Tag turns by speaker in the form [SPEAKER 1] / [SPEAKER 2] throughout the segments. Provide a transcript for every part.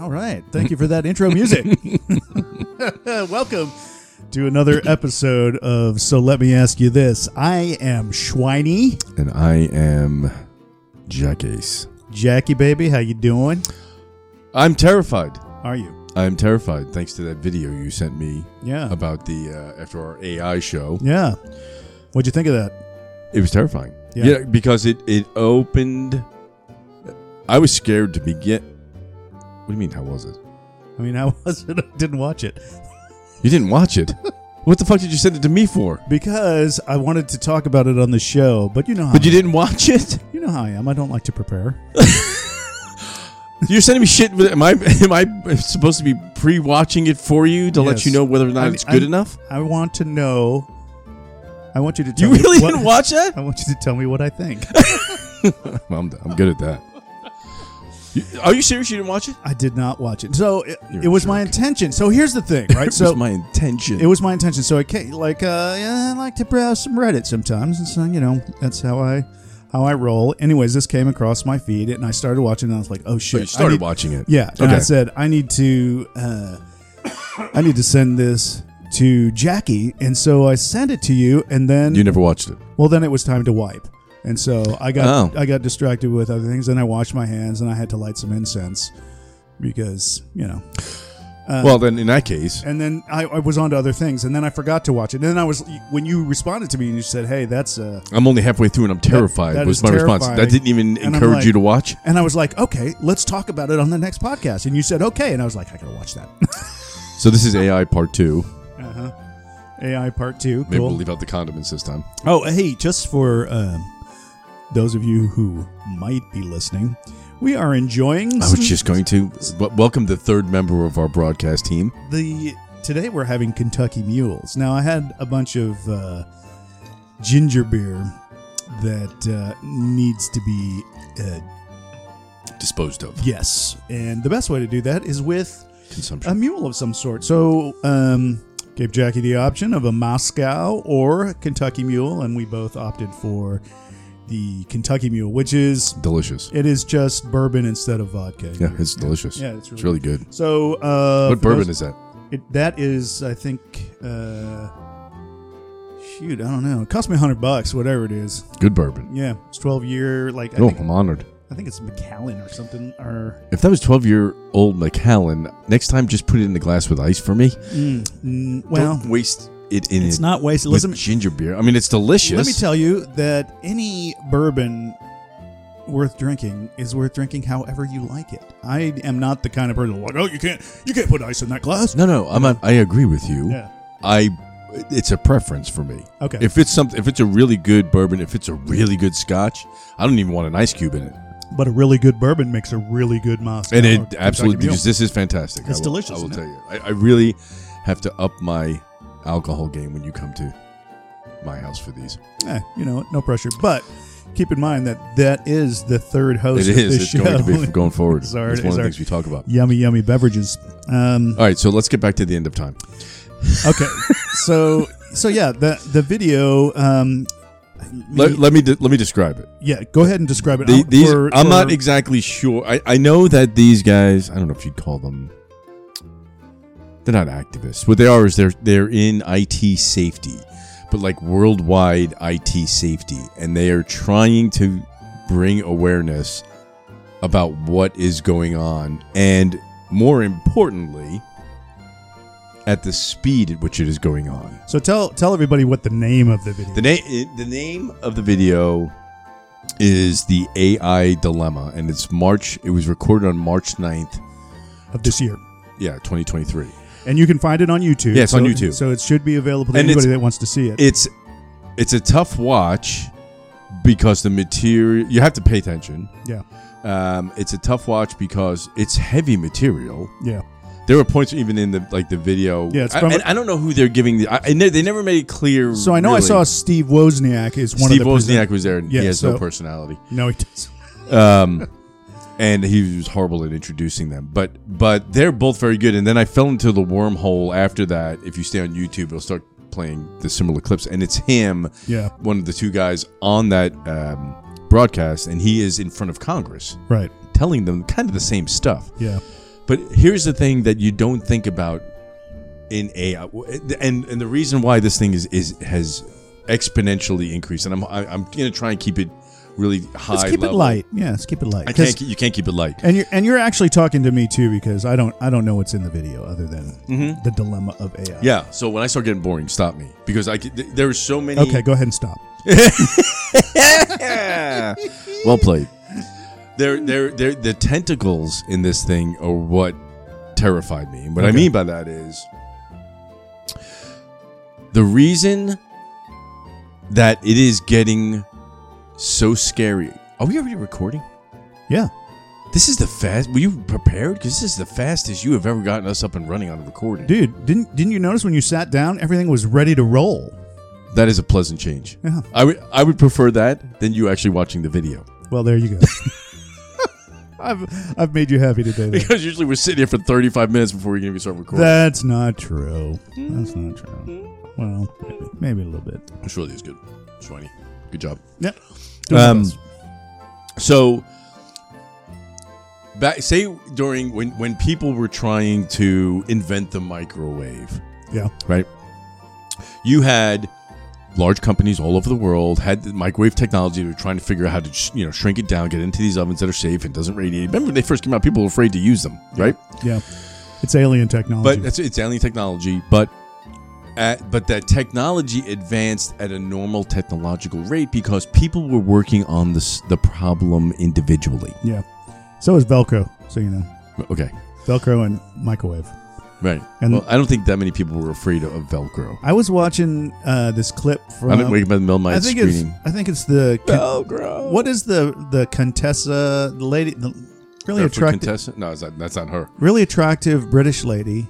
[SPEAKER 1] All right. Thank you for that intro music. Welcome to another episode of So Let Me Ask You This. I am Schweiny.
[SPEAKER 2] And I am Jack Ace.
[SPEAKER 1] Jackie baby, how you doing?
[SPEAKER 2] I'm terrified.
[SPEAKER 1] Are you?
[SPEAKER 2] I'm terrified thanks to that video you sent me
[SPEAKER 1] Yeah.
[SPEAKER 2] about the uh, after our AI show.
[SPEAKER 1] Yeah. What'd you think of that?
[SPEAKER 2] It was terrifying.
[SPEAKER 1] Yeah.
[SPEAKER 2] because it it opened uh, I was scared to begin What do you mean how was it?
[SPEAKER 1] I mean, how was it? I didn't watch it
[SPEAKER 2] You didn't watch it. what the fuck did you send it to me for?
[SPEAKER 1] because I wanted to talk about it on the show, but you know how
[SPEAKER 2] But you didn't watch it?
[SPEAKER 1] you know how I am. I don't like to prepare.
[SPEAKER 2] You're sending me shit. With, am I am I supposed to be pre-watching it for you to
[SPEAKER 1] Yes.
[SPEAKER 2] let you know whether or not
[SPEAKER 1] I-
[SPEAKER 2] it's good
[SPEAKER 1] I-
[SPEAKER 2] enough?
[SPEAKER 1] I want to know I want you to tell
[SPEAKER 2] You
[SPEAKER 1] me
[SPEAKER 2] really
[SPEAKER 1] what-
[SPEAKER 2] didn't watch that?
[SPEAKER 1] I want you to tell me what I think.
[SPEAKER 2] Well, I'm, I'm good at that. You- Are you serious? You didn't watch it?
[SPEAKER 1] I did not watch it. So it,
[SPEAKER 2] You're
[SPEAKER 1] it
[SPEAKER 2] a
[SPEAKER 1] was my
[SPEAKER 2] jerk.
[SPEAKER 1] intention. So here's the thing, right?
[SPEAKER 2] It
[SPEAKER 1] so
[SPEAKER 2] was my intention.
[SPEAKER 1] it was my intention. So I can like uh yeah, I like to browse some Reddit sometimes and so you know, that's how I how I roll. Anyways, this came across my feed and I started watching and I was like, "Oh shit."
[SPEAKER 2] you
[SPEAKER 1] I
[SPEAKER 2] started
[SPEAKER 1] need-
[SPEAKER 2] watching it.
[SPEAKER 1] Yeah, and
[SPEAKER 2] Okay.
[SPEAKER 1] I said, "I need to uh I need to send this to Jackie." And so I sent it to you and then
[SPEAKER 2] you never watched it.
[SPEAKER 1] well, then it was time to wipe. And so I got
[SPEAKER 2] Oh.
[SPEAKER 1] I got distracted with other things. Then I washed my hands and I had to light some incense because you know.
[SPEAKER 2] well, then in that case,
[SPEAKER 1] uh, And then I, I was on to other things, and then I forgot to watch it. And then I was when you responded to me and you said, "Hey, that's uh,"
[SPEAKER 2] I'm only halfway through and I'm terrified.
[SPEAKER 1] that
[SPEAKER 2] was
[SPEAKER 1] is
[SPEAKER 2] my response.
[SPEAKER 1] terrifying.
[SPEAKER 2] That didn't even
[SPEAKER 1] And I'm
[SPEAKER 2] encourage
[SPEAKER 1] like-
[SPEAKER 2] you to watch.
[SPEAKER 1] and I was like, "Okay, let's talk about it on the next podcast." And you said, "Okay," and I was like, "I gotta watch that."
[SPEAKER 2] So this is AI part two.
[SPEAKER 1] uh-huh. AI part two,
[SPEAKER 2] Maybe we'll
[SPEAKER 1] cool.
[SPEAKER 2] leave out the condiments this time.
[SPEAKER 1] Oh, hey, just for um, those of you who might be listening, we are enjoying.
[SPEAKER 2] I
[SPEAKER 1] some-
[SPEAKER 2] was just going to w- welcome the third member of our broadcast team.
[SPEAKER 1] the today we're having Kentucky mules. Now I had a bunch of uh, ginger beer that uh, needs to be uh,
[SPEAKER 2] Disposed of
[SPEAKER 1] yes, and the best way to do that is with
[SPEAKER 2] consumption.
[SPEAKER 1] a mule of some sort. So um, gave Jackie the option of a Moscow or Kentucky mule, and we both opted for the Kentucky mule, which is
[SPEAKER 2] delicious.
[SPEAKER 1] it is just bourbon instead of vodka.
[SPEAKER 2] Yeah, it's delicious.
[SPEAKER 1] Yeah, it's
[SPEAKER 2] It's
[SPEAKER 1] really.
[SPEAKER 2] really good.
[SPEAKER 1] So, uh,
[SPEAKER 2] what
[SPEAKER 1] for
[SPEAKER 2] bourbon
[SPEAKER 1] those-
[SPEAKER 2] is that?
[SPEAKER 1] It, that is, I think, uh, shoot, I don't know. It cost me a hundred bucks, whatever it is.
[SPEAKER 2] Good bourbon.
[SPEAKER 1] Yeah, it's twelve year. Like I,
[SPEAKER 2] oh,
[SPEAKER 1] think,
[SPEAKER 2] I'm honored.
[SPEAKER 1] I think it's McAllen or something. Or
[SPEAKER 2] If that was 12 year old McAllen, next time just put it in the glass with ice for me.
[SPEAKER 1] mm, well,
[SPEAKER 2] Don't waste it in
[SPEAKER 1] it's
[SPEAKER 2] it
[SPEAKER 1] not wasted.
[SPEAKER 2] with
[SPEAKER 1] Listen,
[SPEAKER 2] ginger beer. I mean, it's delicious.
[SPEAKER 1] let me tell you that any bourbon worth drinking is worth drinking however you like it. I am not the kind of person like, oh, you can't, you can't put ice in that glass.
[SPEAKER 2] No, no, I'm not, I agree with you.
[SPEAKER 1] Yeah.
[SPEAKER 2] I it's a preference for me.
[SPEAKER 1] Okay.
[SPEAKER 2] If it's something, if it's a really good bourbon, if it's a really good Scotch, I don't even want an ice cube in it.
[SPEAKER 1] but a really good bourbon makes a really good Moscow.
[SPEAKER 2] And
[SPEAKER 1] or
[SPEAKER 2] it
[SPEAKER 1] Kentucky
[SPEAKER 2] absolutely
[SPEAKER 1] Mule.
[SPEAKER 2] because this is fantastic.
[SPEAKER 1] It's
[SPEAKER 2] I will,
[SPEAKER 1] delicious,
[SPEAKER 2] I will
[SPEAKER 1] isn't it?
[SPEAKER 2] tell you. I, I really have to up my alcohol game when you come to my house for these.
[SPEAKER 1] Eh, you know, no pressure. But keep in mind that that is the third host.
[SPEAKER 2] It
[SPEAKER 1] of
[SPEAKER 2] is.
[SPEAKER 1] This
[SPEAKER 2] It's
[SPEAKER 1] Oh, show.
[SPEAKER 2] going to be from going forward.
[SPEAKER 1] It's our-
[SPEAKER 2] it's one
[SPEAKER 1] it's
[SPEAKER 2] of the
[SPEAKER 1] our-
[SPEAKER 2] things we talk about.
[SPEAKER 1] yummy, yummy beverages. Um,
[SPEAKER 2] All right, so let's get back to the end of time.
[SPEAKER 1] okay, so so yeah, the the video. Um,
[SPEAKER 2] Let, let me de- let me describe it.
[SPEAKER 1] yeah, go ahead and describe it.
[SPEAKER 2] The-
[SPEAKER 1] I'll-
[SPEAKER 2] these,
[SPEAKER 1] Um, for-
[SPEAKER 2] I'm not
[SPEAKER 1] for-
[SPEAKER 2] exactly sure. I, I know that these guys, I don't know if you'd call them, they're not activists. What they are is they're they're in IT safety, but like worldwide IT safety, and they are trying to bring awareness about what is going on, and more importantly, at the speed at which it is going on.
[SPEAKER 1] so tell tell everybody what the name of the video.
[SPEAKER 2] The name the name of the video is the AI dilemma, and it's March. It was recorded on March 9th,
[SPEAKER 1] of this year,
[SPEAKER 2] yeah, 2023.
[SPEAKER 1] and you can find it on YouTube.
[SPEAKER 2] Yeah, it's on
[SPEAKER 1] So-
[SPEAKER 2] YouTube.
[SPEAKER 1] so it should be available to
[SPEAKER 2] And it's-
[SPEAKER 1] anybody that wants to see it.
[SPEAKER 2] It's it's a tough watch, because the material you have to pay attention.
[SPEAKER 1] Yeah.
[SPEAKER 2] Um, it's a tough watch because it's heavy material.
[SPEAKER 1] Yeah.
[SPEAKER 2] There were points even in the like the video.
[SPEAKER 1] Yeah, it's
[SPEAKER 2] I,
[SPEAKER 1] from-
[SPEAKER 2] and I don't know who they're giving the. I, I ne- they never made it clear.
[SPEAKER 1] So I know I
[SPEAKER 2] really.
[SPEAKER 1] saw Steve Wozniak is one
[SPEAKER 2] Steve
[SPEAKER 1] of the present-
[SPEAKER 2] Wozniak was there. and
[SPEAKER 1] Yeah,
[SPEAKER 2] he has
[SPEAKER 1] so-
[SPEAKER 2] no personality.
[SPEAKER 1] No, he does.
[SPEAKER 2] Um, and he was horrible at introducing them. But but they're both very good. And then I fell into the wormhole after that. If you stay on YouTube, it'll start playing the similar clips, and it's him,
[SPEAKER 1] Yeah.
[SPEAKER 2] one of the two guys on that um, broadcast, and he is in front of Congress
[SPEAKER 1] Right.
[SPEAKER 2] telling them kind of the same stuff.
[SPEAKER 1] Yeah.
[SPEAKER 2] But here's the thing that you don't think about in AI, and and the reason why this thing is is has exponentially increased, and I'm I, I'm gonna try and keep it really high.
[SPEAKER 1] Let's keep it
[SPEAKER 2] level.
[SPEAKER 1] light. Yeah, let's keep it light.
[SPEAKER 2] I
[SPEAKER 1] 'Cause-
[SPEAKER 2] can't. keep- You can't keep it light.
[SPEAKER 1] and you're and you're actually talking to me too because I don't I don't know what's in the video other than the dilemma of AI.
[SPEAKER 2] Mm-hmm. Yeah. So when I start getting boring, stop me because I c- th- there are so many.
[SPEAKER 1] Okay, go ahead and stop.
[SPEAKER 2] well played. There, there, there. The tentacles in this thing are what terrified me. And what I
[SPEAKER 1] Okay.
[SPEAKER 2] mean by that is the reason that it is getting so scary. Are we already recording?
[SPEAKER 1] Yeah.
[SPEAKER 2] This is the fast. Were you prepared? Because this is the fastest you have ever gotten us up and running on a recording.
[SPEAKER 1] Dude, didn't didn't you notice when you sat down everything was ready to roll?
[SPEAKER 2] That is a pleasant change.
[SPEAKER 1] Yeah.
[SPEAKER 2] I would I would prefer that than you actually watching the video.
[SPEAKER 1] Well, there you go. I've I've made you happy today. though.
[SPEAKER 2] Because usually we're sitting here for 35 minutes before we can even start recording.
[SPEAKER 1] That's not true. That's not
[SPEAKER 2] Mm-hmm.
[SPEAKER 1] true. Well, maybe, maybe a little bit.
[SPEAKER 2] Which really is good. Shwiney. Good job.
[SPEAKER 1] Yeah.
[SPEAKER 2] Um, So back say during when when people were trying to invent the microwave,
[SPEAKER 1] yeah.
[SPEAKER 2] right? You had large companies all over the world had the microwave technology. They were trying to figure out how to sh- you know shrink it down, get into these ovens that are safe and doesn't radiate. Remember when they first came out, people were afraid to use them, right?
[SPEAKER 1] Yeah. It's alien technology.
[SPEAKER 2] But that's it's alien technology, but at, but that technology advanced at a normal technological rate because people were working on this the problem individually.
[SPEAKER 1] yeah. So is Velcro, so you know.
[SPEAKER 2] Okay,
[SPEAKER 1] Velcro and microwave.
[SPEAKER 2] right.
[SPEAKER 1] And-
[SPEAKER 2] well, I don't think that many people were afraid of, Velcro.
[SPEAKER 1] I was watching uh, this clip from
[SPEAKER 2] I didn't wake up in the middle of my
[SPEAKER 1] I think it's
[SPEAKER 2] screening.
[SPEAKER 1] I think it's the
[SPEAKER 2] Velcro.
[SPEAKER 1] what is the the Contessa the lady the really
[SPEAKER 2] Bedford
[SPEAKER 1] attractive
[SPEAKER 2] contestant? No, is that, that's not her.
[SPEAKER 1] really attractive British lady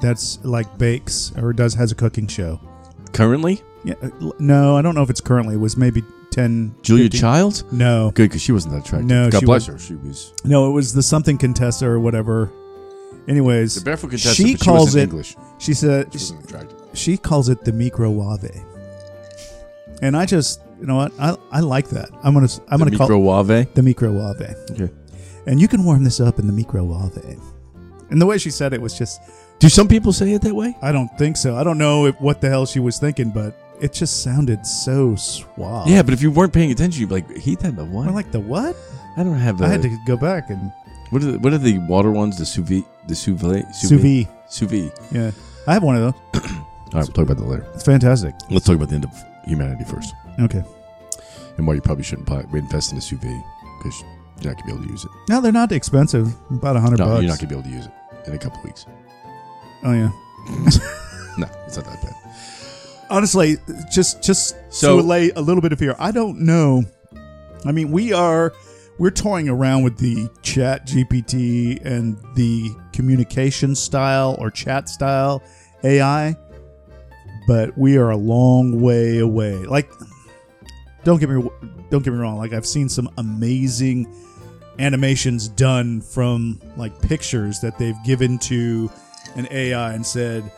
[SPEAKER 1] that's like bakes or does has a cooking show.
[SPEAKER 2] Currently,
[SPEAKER 1] Yeah, uh, l- no, I don't know if it's currently. It was maybe 10
[SPEAKER 2] Julia
[SPEAKER 1] 15
[SPEAKER 2] Child.
[SPEAKER 1] No.
[SPEAKER 2] Good, because she wasn't that attractive.
[SPEAKER 1] No,
[SPEAKER 2] God
[SPEAKER 1] she
[SPEAKER 2] bless her. She was
[SPEAKER 1] No, it was the something Contessa or whatever. Anyways,
[SPEAKER 2] the barefoot contestant.
[SPEAKER 1] she
[SPEAKER 2] but she
[SPEAKER 1] calls
[SPEAKER 2] wasn't
[SPEAKER 1] it
[SPEAKER 2] English.
[SPEAKER 1] she said
[SPEAKER 2] She wasn't attractive.
[SPEAKER 1] she calls it the microwave. And I just, you know what? I, I like that. I'm going to I'm
[SPEAKER 2] The
[SPEAKER 1] going to call
[SPEAKER 2] microwave.
[SPEAKER 1] the microwave.
[SPEAKER 2] Okay.
[SPEAKER 1] And you can warm this up in the microwave. And the way she said it was just,
[SPEAKER 2] Do some people say it that way?
[SPEAKER 1] I don't think so. I don't know if, what the hell she was thinking, but it just sounded so suave.
[SPEAKER 2] Yeah, but if you weren't paying attention, you'd be like, "He had the
[SPEAKER 1] I'm
[SPEAKER 2] one."
[SPEAKER 1] like, the what?
[SPEAKER 2] I don't have. A,
[SPEAKER 1] I had to go back and
[SPEAKER 2] What are the What are the water ones? The sous vide, the sous vide,
[SPEAKER 1] sous vide.
[SPEAKER 2] sous vide.
[SPEAKER 1] Yeah. I have one of those.
[SPEAKER 2] All right, we'll talk about that later.
[SPEAKER 1] It's fantastic.
[SPEAKER 2] Let's talk about the end of humanity first,
[SPEAKER 1] Okay.
[SPEAKER 2] and why you probably shouldn't buy, invest in a sous vide because you're not gonna be able to use it.
[SPEAKER 1] No, they're not expensive. About a hundred
[SPEAKER 2] No,
[SPEAKER 1] bucks.
[SPEAKER 2] you're not gonna be able to use it in a couple of weeks.
[SPEAKER 1] oh yeah.
[SPEAKER 2] No, it's not that bad.
[SPEAKER 1] Honestly, just just
[SPEAKER 2] So-
[SPEAKER 1] to allay a little bit of fear. I don't know. I mean, we are we're toying around with the Chat GPT and the communication style or chat style AI, but we are a long way away. Like, don't get me don't get me wrong. Like, I've seen some amazing animations done from like pictures that they've given to an AI and said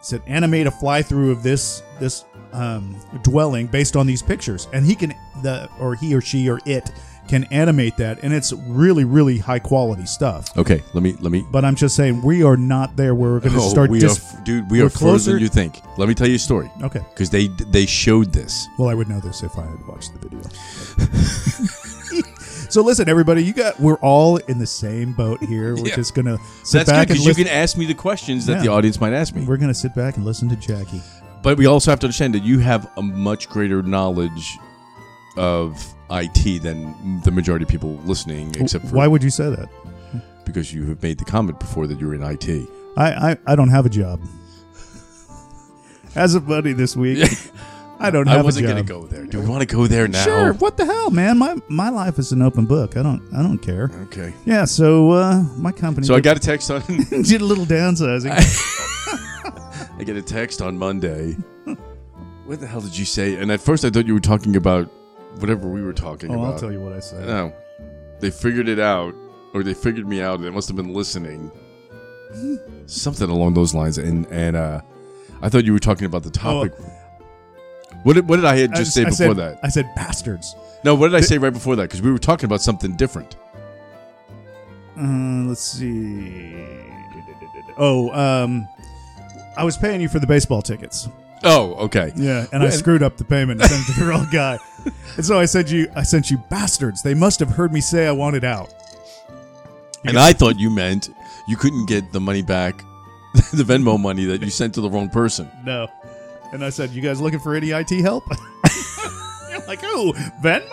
[SPEAKER 1] said animate a fly through of this this um, dwelling based on these pictures, and he can the or he or she or it can animate that, and it's really really high quality stuff.
[SPEAKER 2] Okay, let me let me.
[SPEAKER 1] But I'm just saying we are not there where we're going to
[SPEAKER 2] Oh,
[SPEAKER 1] start.
[SPEAKER 2] we
[SPEAKER 1] dis-
[SPEAKER 2] are, f- dude. We
[SPEAKER 1] we're
[SPEAKER 2] are further
[SPEAKER 1] closer-
[SPEAKER 2] than you think. Let me tell you a story
[SPEAKER 1] okay.
[SPEAKER 2] because they they showed this.
[SPEAKER 1] Well, I would know this if I had watched the video. so listen, everybody, you got we're all in the same boat here. We're
[SPEAKER 2] Yeah.
[SPEAKER 1] just gonna sit
[SPEAKER 2] That's good
[SPEAKER 1] back and
[SPEAKER 2] because you
[SPEAKER 1] listen.
[SPEAKER 2] can ask me the questions that
[SPEAKER 1] Yeah.
[SPEAKER 2] the audience might ask me.
[SPEAKER 1] We're gonna sit back and listen to Jackie.
[SPEAKER 2] But we also have to understand that you have a much greater knowledge of IT than the majority of people listening, except for
[SPEAKER 1] Why would you say that?
[SPEAKER 2] because you have made the comment before that you're in IT.
[SPEAKER 1] I, I, I don't have a job. As of Monday this week, I don't have
[SPEAKER 2] I
[SPEAKER 1] a
[SPEAKER 2] wasn't gonna
[SPEAKER 1] job.
[SPEAKER 2] go there. Do we want to go there now?
[SPEAKER 1] Sure. What the hell, man? My my life is an open book. I don't I don't care.
[SPEAKER 2] Okay.
[SPEAKER 1] Yeah. So uh, my company.
[SPEAKER 2] So I
[SPEAKER 1] did,
[SPEAKER 2] got a text on.
[SPEAKER 1] did a little downsizing.
[SPEAKER 2] I get a text on Monday. What the hell did you say? And at first I thought you were talking about whatever we were talking
[SPEAKER 1] oh,
[SPEAKER 2] about.
[SPEAKER 1] I'll tell you what I said.
[SPEAKER 2] No, they figured it out, or they figured me out, and they must have been listening. Something along those lines, and and uh, I thought you were talking about the topic. what did, what did I had
[SPEAKER 1] I
[SPEAKER 2] just
[SPEAKER 1] s-
[SPEAKER 2] say
[SPEAKER 1] Oh. I
[SPEAKER 2] before
[SPEAKER 1] said-
[SPEAKER 2] that?
[SPEAKER 1] I said bastards.
[SPEAKER 2] No, what did I say right before that? Because we were talking about something different.
[SPEAKER 1] Uh, let's see. Oh, um, I was paying you for the baseball tickets.
[SPEAKER 2] Oh, okay.
[SPEAKER 1] Yeah, and I screwed up the payment and sent it to the wrong guy. And so I sent you, I sent you bastards. They must have heard me say I wanted out.
[SPEAKER 2] And I thought you meant you couldn't get the money back, the Venmo money that you sent to the wrong person.
[SPEAKER 1] No. And I said, you guys looking for any IT help? You're like, oh, Venmo?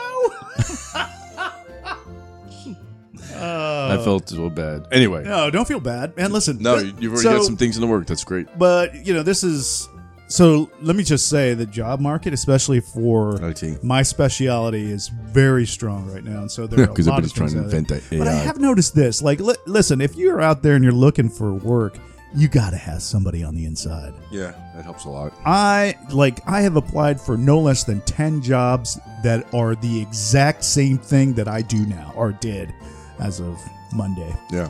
[SPEAKER 1] Uh,
[SPEAKER 2] I felt so bad. Anyway, no,
[SPEAKER 1] no, don't feel bad. And listen,
[SPEAKER 2] you-
[SPEAKER 1] but-
[SPEAKER 2] you've already
[SPEAKER 1] so-
[SPEAKER 2] got some things in the work. That's great.
[SPEAKER 1] But you know, this is so. Let me just say the job market, especially for
[SPEAKER 2] IT.
[SPEAKER 1] my speciality, is very strong right now, and so there are a
[SPEAKER 2] because
[SPEAKER 1] lot of things
[SPEAKER 2] everybody's trying to
[SPEAKER 1] out there.
[SPEAKER 2] invent that AI.
[SPEAKER 1] But I have noticed this. Like, li- listen, if you're out there and you're looking for work, you got to have somebody on the inside.
[SPEAKER 2] yeah, that helps a lot.
[SPEAKER 1] I like I have applied for no less than 10 jobs that are the exact same thing that I do now or did as of Monday.
[SPEAKER 2] Yeah.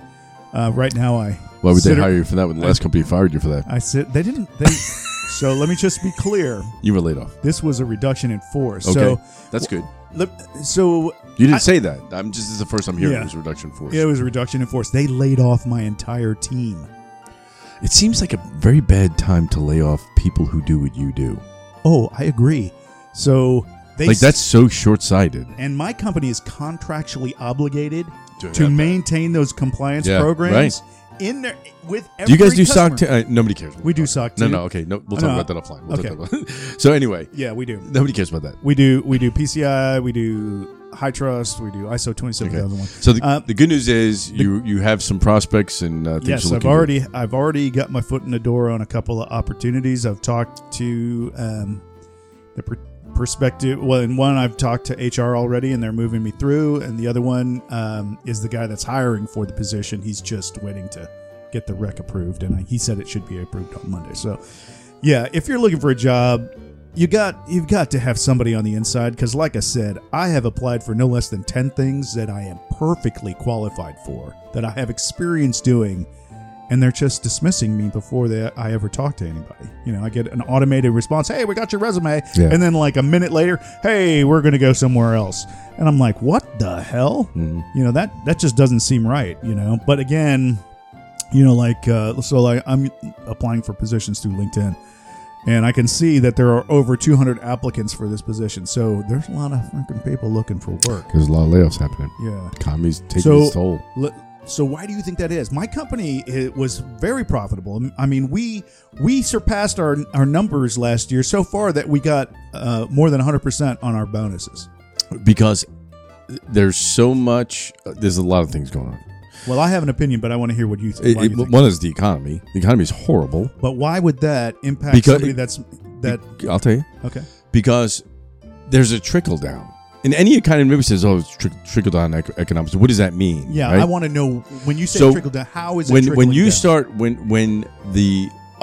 [SPEAKER 1] Uh, right now I
[SPEAKER 2] Why would they
[SPEAKER 1] consider-
[SPEAKER 2] hire you for that when the last company fired you for that?
[SPEAKER 1] I said they didn't they So let me just be clear.
[SPEAKER 2] You were laid off.
[SPEAKER 1] This was a reduction in force.
[SPEAKER 2] Okay.
[SPEAKER 1] So
[SPEAKER 2] That's good.
[SPEAKER 1] le- so
[SPEAKER 2] You didn't
[SPEAKER 1] I-
[SPEAKER 2] say that. I'm just, this is the first I'm hearing
[SPEAKER 1] Yeah.
[SPEAKER 2] this reduction force.
[SPEAKER 1] it was a reduction in force. They laid off my entire team.
[SPEAKER 2] It seems like a very bad time to lay off people who do what you do.
[SPEAKER 1] Oh, I agree. So they
[SPEAKER 2] Like, that's so short sighted.
[SPEAKER 1] and my company is contractually obligated
[SPEAKER 2] To
[SPEAKER 1] to
[SPEAKER 2] have that.
[SPEAKER 1] maintain those compliance
[SPEAKER 2] Yeah,
[SPEAKER 1] programs in there with
[SPEAKER 2] Do
[SPEAKER 1] every
[SPEAKER 2] you guys do
[SPEAKER 1] customer.
[SPEAKER 2] sock? T- uh, nobody cares.
[SPEAKER 1] we do sock
[SPEAKER 2] No,
[SPEAKER 1] too.
[SPEAKER 2] no, okay. No, we'll
[SPEAKER 1] I
[SPEAKER 2] talk
[SPEAKER 1] know.
[SPEAKER 2] about that offline. We'll
[SPEAKER 1] Okay.
[SPEAKER 2] talk about that. so, anyway,
[SPEAKER 1] Yeah, we do.
[SPEAKER 2] nobody cares about that.
[SPEAKER 1] We do we do PCI, we do high trust, we do ISO
[SPEAKER 2] Okay.
[SPEAKER 1] 27001.
[SPEAKER 2] So, the,
[SPEAKER 1] Uh,
[SPEAKER 2] the good news is you you have some prospects and uh, things
[SPEAKER 1] Yes,
[SPEAKER 2] you're
[SPEAKER 1] I've
[SPEAKER 2] looking
[SPEAKER 1] already I've already got my foot in the door on a couple of opportunities. I've talked to um, the per- perspective. Well, in one I've talked to HR already, and they're moving me through. And the other one um, is the guy that's hiring for the position. He's just waiting to get the rec approved, and I, he said it should be approved on Monday. So, yeah, if you're looking for a job. You got you've got to have somebody on the inside because, like I said, I have applied for no less than ten things that I am perfectly qualified for, that I have experience doing, and they're just dismissing me before they, I ever talk to anybody. You know, I get an automated response, "Hey, we got your resume,"
[SPEAKER 2] Yeah.
[SPEAKER 1] and then like a minute later, "Hey, we're gonna go somewhere else," and I'm like, "What the hell?"
[SPEAKER 2] Mm-hmm,
[SPEAKER 1] You know that that just doesn't seem right. You know, but again, you know, like uh, so, like I'm applying for positions through LinkedIn. And I can see that there are over 200 applicants for this position. So there's a lot of freaking people looking for work.
[SPEAKER 2] There's a lot of layoffs happening.
[SPEAKER 1] Yeah.
[SPEAKER 2] Commies taking
[SPEAKER 1] So-
[SPEAKER 2] its toll.
[SPEAKER 1] L- So why do you think that is? My company it was very profitable. I mean, we we surpassed our our numbers last year so far that we got uh, more than 100% on our bonuses.
[SPEAKER 2] because there's so much uh, there's a lot of things going on
[SPEAKER 1] Well, I have an opinion, but I want to hear what you, th-
[SPEAKER 2] It-
[SPEAKER 1] why you
[SPEAKER 2] it-
[SPEAKER 1] think.
[SPEAKER 2] one is the economy the economy is horrible
[SPEAKER 1] But why would that impact
[SPEAKER 2] Because-
[SPEAKER 1] somebody that's that
[SPEAKER 2] i'll tell you
[SPEAKER 1] okay?
[SPEAKER 2] because there's a trickle down in any economy everybody says oh it's tri- trickle down ec- economics what does that mean
[SPEAKER 1] Yeah,
[SPEAKER 2] right?
[SPEAKER 1] I want to know when you say
[SPEAKER 2] So,
[SPEAKER 1] trickle down, how is it
[SPEAKER 2] when when
[SPEAKER 1] trickling
[SPEAKER 2] you
[SPEAKER 1] down?
[SPEAKER 2] start when when the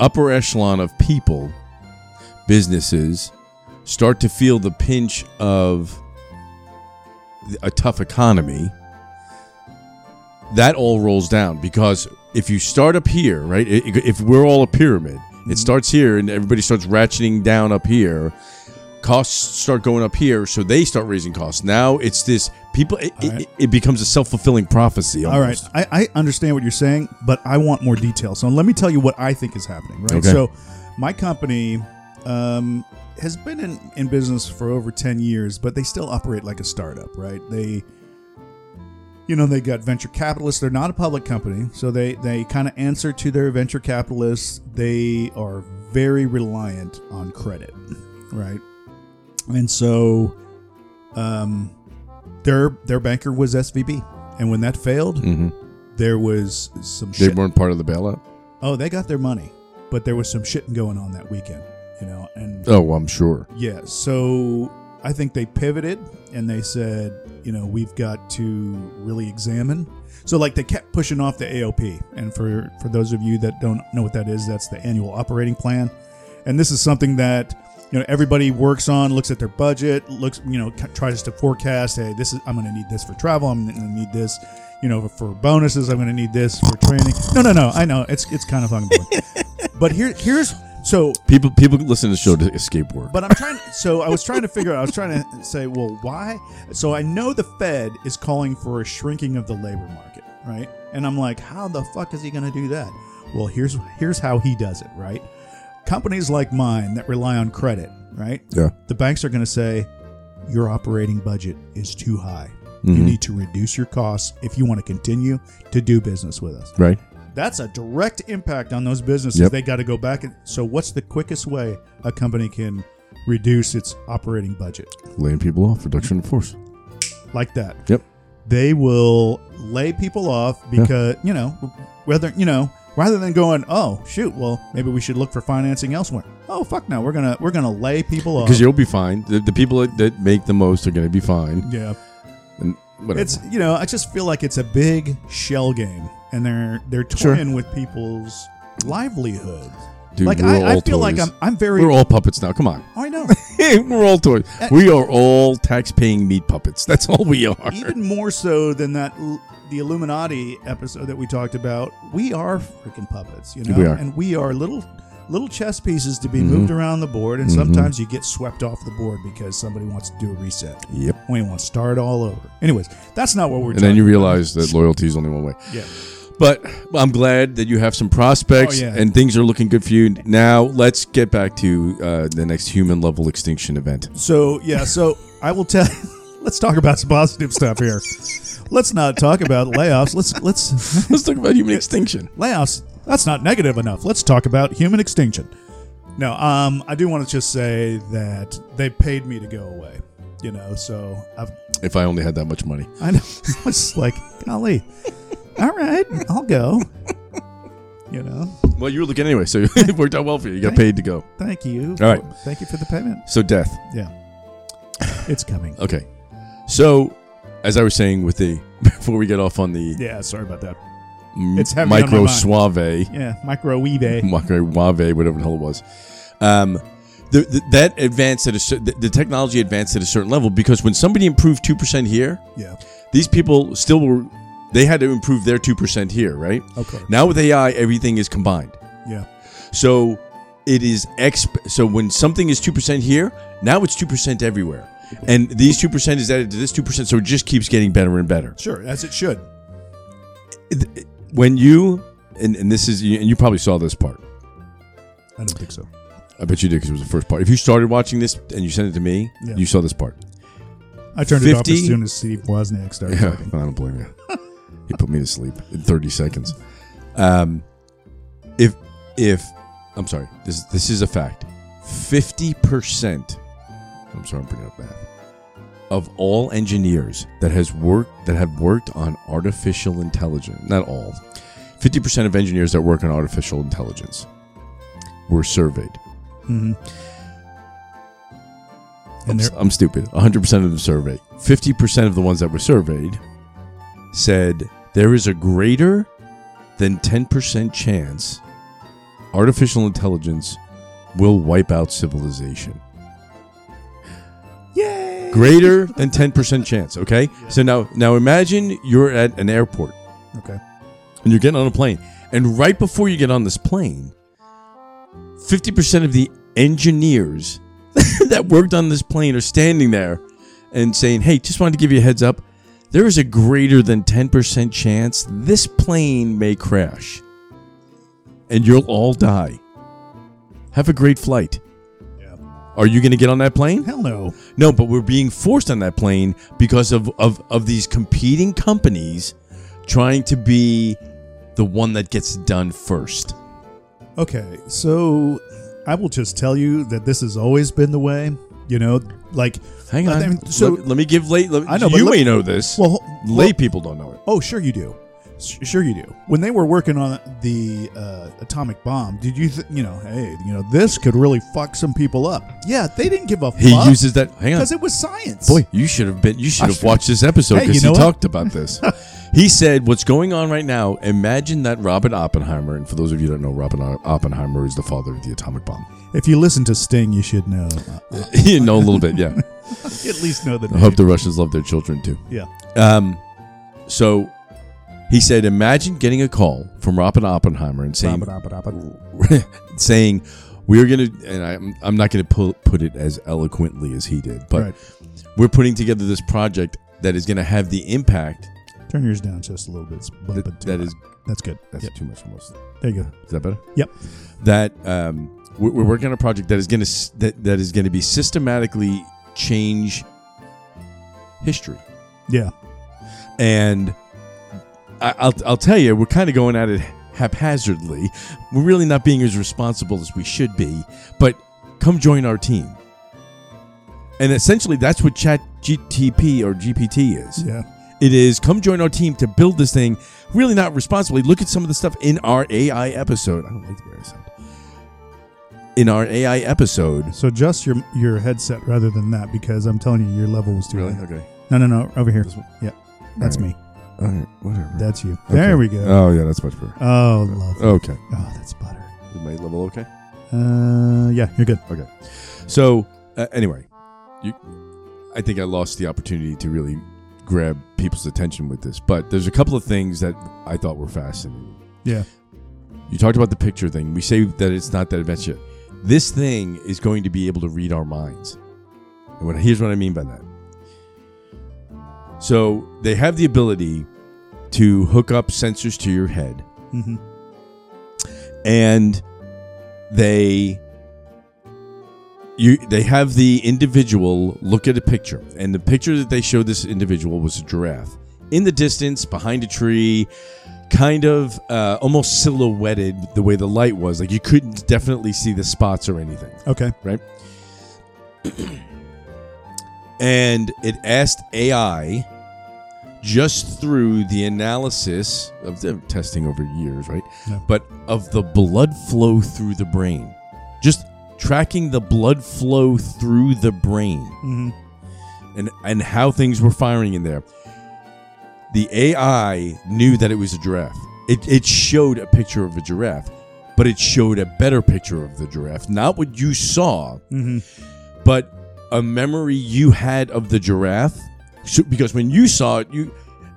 [SPEAKER 2] upper echelon of people businesses start to feel the pinch of th- a tough economy that all rolls down because if you start up here right i- i- if we're all a pyramid
[SPEAKER 1] Mm-hmm.
[SPEAKER 2] it starts here and everybody starts ratcheting down up here costs start going up here so they start raising costs now it's this people it,
[SPEAKER 1] All
[SPEAKER 2] it, it becomes a self-fulfilling prophecy almost.
[SPEAKER 1] All right, I, I understand what you're saying, but I want more detail. So let me tell you what I think is happening. Right.
[SPEAKER 2] Okay.
[SPEAKER 1] So my company um, has been in, in business for over ten years, but they still operate like a startup. Right. They, you know, they got venture capitalists. They're not a public company, so they they kind of answer to their venture capitalists. They are very reliant on credit. Right. And so, um, their their banker was SVB, and when that failed
[SPEAKER 2] Mhm.
[SPEAKER 1] there was some
[SPEAKER 2] They
[SPEAKER 1] shit.
[SPEAKER 2] weren't part of the bailout.
[SPEAKER 1] oh, they got their money, but there was some shit going on that weekend. you know, and
[SPEAKER 2] Oh, I'm sure.
[SPEAKER 1] yeah, so I think they pivoted and they said, you know, we've got to really examine. So like they kept pushing off the AOP, and for for those of you that don't know what that is, that's the annual operating plan, and this is something that you know everybody works on, looks at their budget, looks you know c- tries to forecast. Hey, this is I'm going to need this for travel. I'm going to need this, you know, for bonuses. I'm going to need this for training. No, no, no. I know it's it's kind of fucking boring, but here here's so
[SPEAKER 2] People people listen to the show to escape work.
[SPEAKER 1] but I'm trying. So I was trying to figure out. I was trying to say, well, why? So I know the Fed is calling for a shrinking of the labor market, right? And I'm like, how the fuck is he going to do that? Well, here's here's how he does it, right? Companies like mine that rely on credit, right?
[SPEAKER 2] yeah.
[SPEAKER 1] The banks are going to say your operating budget is too high. You need to reduce your costs if you want to continue to do business with us
[SPEAKER 2] Right?
[SPEAKER 1] that's a direct impact on those businesses.
[SPEAKER 2] Yep.
[SPEAKER 1] They got to go back. And, so, what's the quickest way a company can reduce its operating budget
[SPEAKER 2] Laying people off, reduction in force.
[SPEAKER 1] like that?
[SPEAKER 2] Yep.
[SPEAKER 1] They will lay people off because you know whether you know rather than going oh shoot well maybe we should look for financing elsewhere. Oh fuck no, we're gonna we're gonna lay people off.
[SPEAKER 2] Because you'll be fine. The, the people that, that make the most are going to be fine.
[SPEAKER 1] yeah,
[SPEAKER 2] And whatever.
[SPEAKER 1] it's you know I just feel like it's a big shell game and they're they're toying with people's livelihood.
[SPEAKER 2] Dude,
[SPEAKER 1] like
[SPEAKER 2] we're all
[SPEAKER 1] I, I feel like
[SPEAKER 2] toys.
[SPEAKER 1] I'm I'm very Eh.
[SPEAKER 2] We're all puppets now. Come on.
[SPEAKER 1] I know.
[SPEAKER 2] we're all toys. We are all tax-paying meat puppets. That's all we are.
[SPEAKER 1] even more so than that l- the Illuminati episode that we talked about. We are freaking puppets, you know,
[SPEAKER 2] We are. Mm-hmm.
[SPEAKER 1] and we are little little chess pieces to be moved around the board, and sometimes you get swept off the board because somebody wants to do a reset.
[SPEAKER 2] Yep.
[SPEAKER 1] We want to start all over. Anyways, that's not what we're.
[SPEAKER 2] And then you realize that loyalty is only one way.
[SPEAKER 1] yeah,
[SPEAKER 2] But I'm glad that you have some prospects
[SPEAKER 1] Oh, yeah.
[SPEAKER 2] and things are looking good for you. Now let's get back to uh, the next human level extinction event.
[SPEAKER 1] so yeah, so I will tell. let's talk about some positive stuff here. Let's not talk about layoffs. Let's let's
[SPEAKER 2] Let's talk about human extinction.
[SPEAKER 1] layoffs that's not negative enough let's talk about human extinction no um i do want to just say that they paid me to go away you know so i've
[SPEAKER 2] If I only had that much money.
[SPEAKER 1] i know i was like golly all right i'll go you know
[SPEAKER 2] Well, you were looking anyway, so it worked out well for you. You got paid to go.
[SPEAKER 1] thank you
[SPEAKER 2] All right.
[SPEAKER 1] thank you for the payment
[SPEAKER 2] So death.
[SPEAKER 1] yeah it's coming
[SPEAKER 2] Okay. So, as I was saying with the before we get off on the
[SPEAKER 1] yeah sorry about that
[SPEAKER 2] m-
[SPEAKER 1] It's heavy on my
[SPEAKER 2] micro
[SPEAKER 1] mind.
[SPEAKER 2] suave,
[SPEAKER 1] yeah microwave eh?
[SPEAKER 2] micro wave, whatever the hell it was. Um, the, the, that advanced at a cer- the, the technology advanced at a certain level because when somebody improved two percent here,
[SPEAKER 1] yeah
[SPEAKER 2] these people still were they had to improve their 2% here right
[SPEAKER 1] okay
[SPEAKER 2] now with ai everything is combined
[SPEAKER 1] yeah
[SPEAKER 2] so it is exp so when something is 2% here now it's 2% everywhere and these 2% is added to this 2% so it just keeps getting better and better
[SPEAKER 1] sure as it should
[SPEAKER 2] when you and, and this is and you probably saw this part
[SPEAKER 1] i don't think so
[SPEAKER 2] i bet you did because it was the first part if you started watching this and you sent it to me
[SPEAKER 1] Yeah.
[SPEAKER 2] you saw this part
[SPEAKER 1] i turned it off
[SPEAKER 2] 50?
[SPEAKER 1] as soon as steve wozniak started
[SPEAKER 2] Yeah,
[SPEAKER 1] talking.
[SPEAKER 2] I don't blame you. he put me to sleep in 30 seconds. Um, if if I'm sorry, this this is a fact. 50 percent. I'm sorry, I'm bringing up math. Of all engineers that has worked that have worked on artificial intelligence, not all. 50 percent of engineers that work on artificial intelligence were surveyed. Mm-hmm.
[SPEAKER 1] and they're
[SPEAKER 2] I'm stupid. 100% of them surveyed. 50% of the ones that were surveyed said there is a greater than 10% chance artificial intelligence will wipe out civilization.
[SPEAKER 1] yay
[SPEAKER 2] Greater than 10% chance, okay? So now now imagine you're at an airport
[SPEAKER 1] okay
[SPEAKER 2] and you're getting on a plane and right before you get on this plane 50% of the engineers that worked on this plane are standing there and saying hey just wanted to give you a heads up there is a greater than 10% chance this plane may crash and you'll all die have a great flight
[SPEAKER 1] yeah
[SPEAKER 2] are you going to get on that plane
[SPEAKER 1] Hell no.
[SPEAKER 2] no but we're being forced on that plane because of, of, of these competing companies trying to be the one that gets it done first
[SPEAKER 1] Okay, so I will just tell you that this has always been the way. You know, like
[SPEAKER 2] Hang on.
[SPEAKER 1] I mean, so
[SPEAKER 2] let, let me give late. Let,
[SPEAKER 1] I know, but
[SPEAKER 2] you
[SPEAKER 1] let-
[SPEAKER 2] may know this.
[SPEAKER 1] well,
[SPEAKER 2] lay
[SPEAKER 1] well-
[SPEAKER 2] people don't know it.
[SPEAKER 1] oh, sure you do. S- Sure, you do. When they were working on the uh, atomic bomb, did you, th- you know, hey, you know, this could really fuck some people up? Yeah, they didn't give a
[SPEAKER 2] He
[SPEAKER 1] fuck
[SPEAKER 2] uses that. Hang on,
[SPEAKER 1] because it was science.
[SPEAKER 2] boy, you should have been. You should
[SPEAKER 1] I
[SPEAKER 2] have
[SPEAKER 1] should-
[SPEAKER 2] watched this episode
[SPEAKER 1] Hey, you
[SPEAKER 2] because
[SPEAKER 1] know what?
[SPEAKER 2] he talked about this. he said, "What's going on right now? Imagine that Robert Oppenheimer. And for those of you that know, Robert O- Oppenheimer is the father of the atomic bomb.
[SPEAKER 1] if you listen to Sting, you should know.
[SPEAKER 2] you know a little bit, yeah.
[SPEAKER 1] At least know the
[SPEAKER 2] I
[SPEAKER 1] name.
[SPEAKER 2] hope the Russians love their children too.
[SPEAKER 1] yeah.
[SPEAKER 2] Um, so he said, imagine getting a call from Robert Oppenheimer and saying, saying, we're gonna, and I'm, I'm not gonna pu- put it as eloquently as he did, but
[SPEAKER 1] Right.
[SPEAKER 2] we're putting together this project that is gonna have the impact
[SPEAKER 1] Turn yours down just a little bit. It's bumping
[SPEAKER 2] that,
[SPEAKER 1] too
[SPEAKER 2] that
[SPEAKER 1] much.
[SPEAKER 2] is.
[SPEAKER 1] That's good.
[SPEAKER 2] That's
[SPEAKER 1] Yep.
[SPEAKER 2] too much almost.
[SPEAKER 1] There you go.
[SPEAKER 2] Is that better?
[SPEAKER 1] Yep.
[SPEAKER 2] That um, we're, we're working on a project that is gonna s- that, that is gonna be systematically change history.
[SPEAKER 1] Yeah.
[SPEAKER 2] and I, I'll, I'll tell you, we're kind of going at it haphazardly. We're really not being as responsible as we should be. But come join our team. And essentially, that's what Chat GTP or GPT is.
[SPEAKER 1] Yeah.
[SPEAKER 2] It is come join our team to build this thing. Really not responsibly. Look at some of the stuff in our AI episode. I don't like the way I sound. In our AI episode.
[SPEAKER 1] So adjust your your headset rather than that because I'm telling you your level was too high.
[SPEAKER 2] Okay.
[SPEAKER 1] No, no, no, over here.
[SPEAKER 2] This one?
[SPEAKER 1] Yeah, that's
[SPEAKER 2] All
[SPEAKER 1] me.
[SPEAKER 2] All right. Whatever.
[SPEAKER 1] That's you.
[SPEAKER 2] Okay. uh,
[SPEAKER 1] There we go.
[SPEAKER 2] Oh yeah, that's much better.
[SPEAKER 1] oh, love. Oh.
[SPEAKER 2] Okay.
[SPEAKER 1] that's butter.
[SPEAKER 2] Is my level okay?
[SPEAKER 1] Uh, yeah, you're good.
[SPEAKER 2] So uh, anyway, you, I think I lost the opportunity to really grab people's attention with this, but there's a couple of things that I thought were fascinating.
[SPEAKER 1] Yeah.
[SPEAKER 2] You talked about the picture thing. We say that it's not that advanced yet. This thing is going to be able to read our minds. And what, here's what I mean by that. So they have the ability to hook up sensors to your head
[SPEAKER 1] hmm
[SPEAKER 2] and they you they have the individual look at a picture and the picture that they showed this individual was a giraffe in the distance behind a tree kind of uh, almost silhouetted the way the light was like you couldn't definitely see the spots or anything
[SPEAKER 1] Okay.
[SPEAKER 2] and it asked AI just through the analysis of the testing over years, right?
[SPEAKER 1] Yeah.
[SPEAKER 2] But of the blood flow through the brain, just tracking the blood flow through the brain
[SPEAKER 1] hmm
[SPEAKER 2] and and how things were firing in there. The AI knew that it was a giraffe. It, it showed a picture of a giraffe, but it showed a better picture of the giraffe, not what you saw,
[SPEAKER 1] hmm
[SPEAKER 2] but a memory you had of the giraffe so, because when you saw it you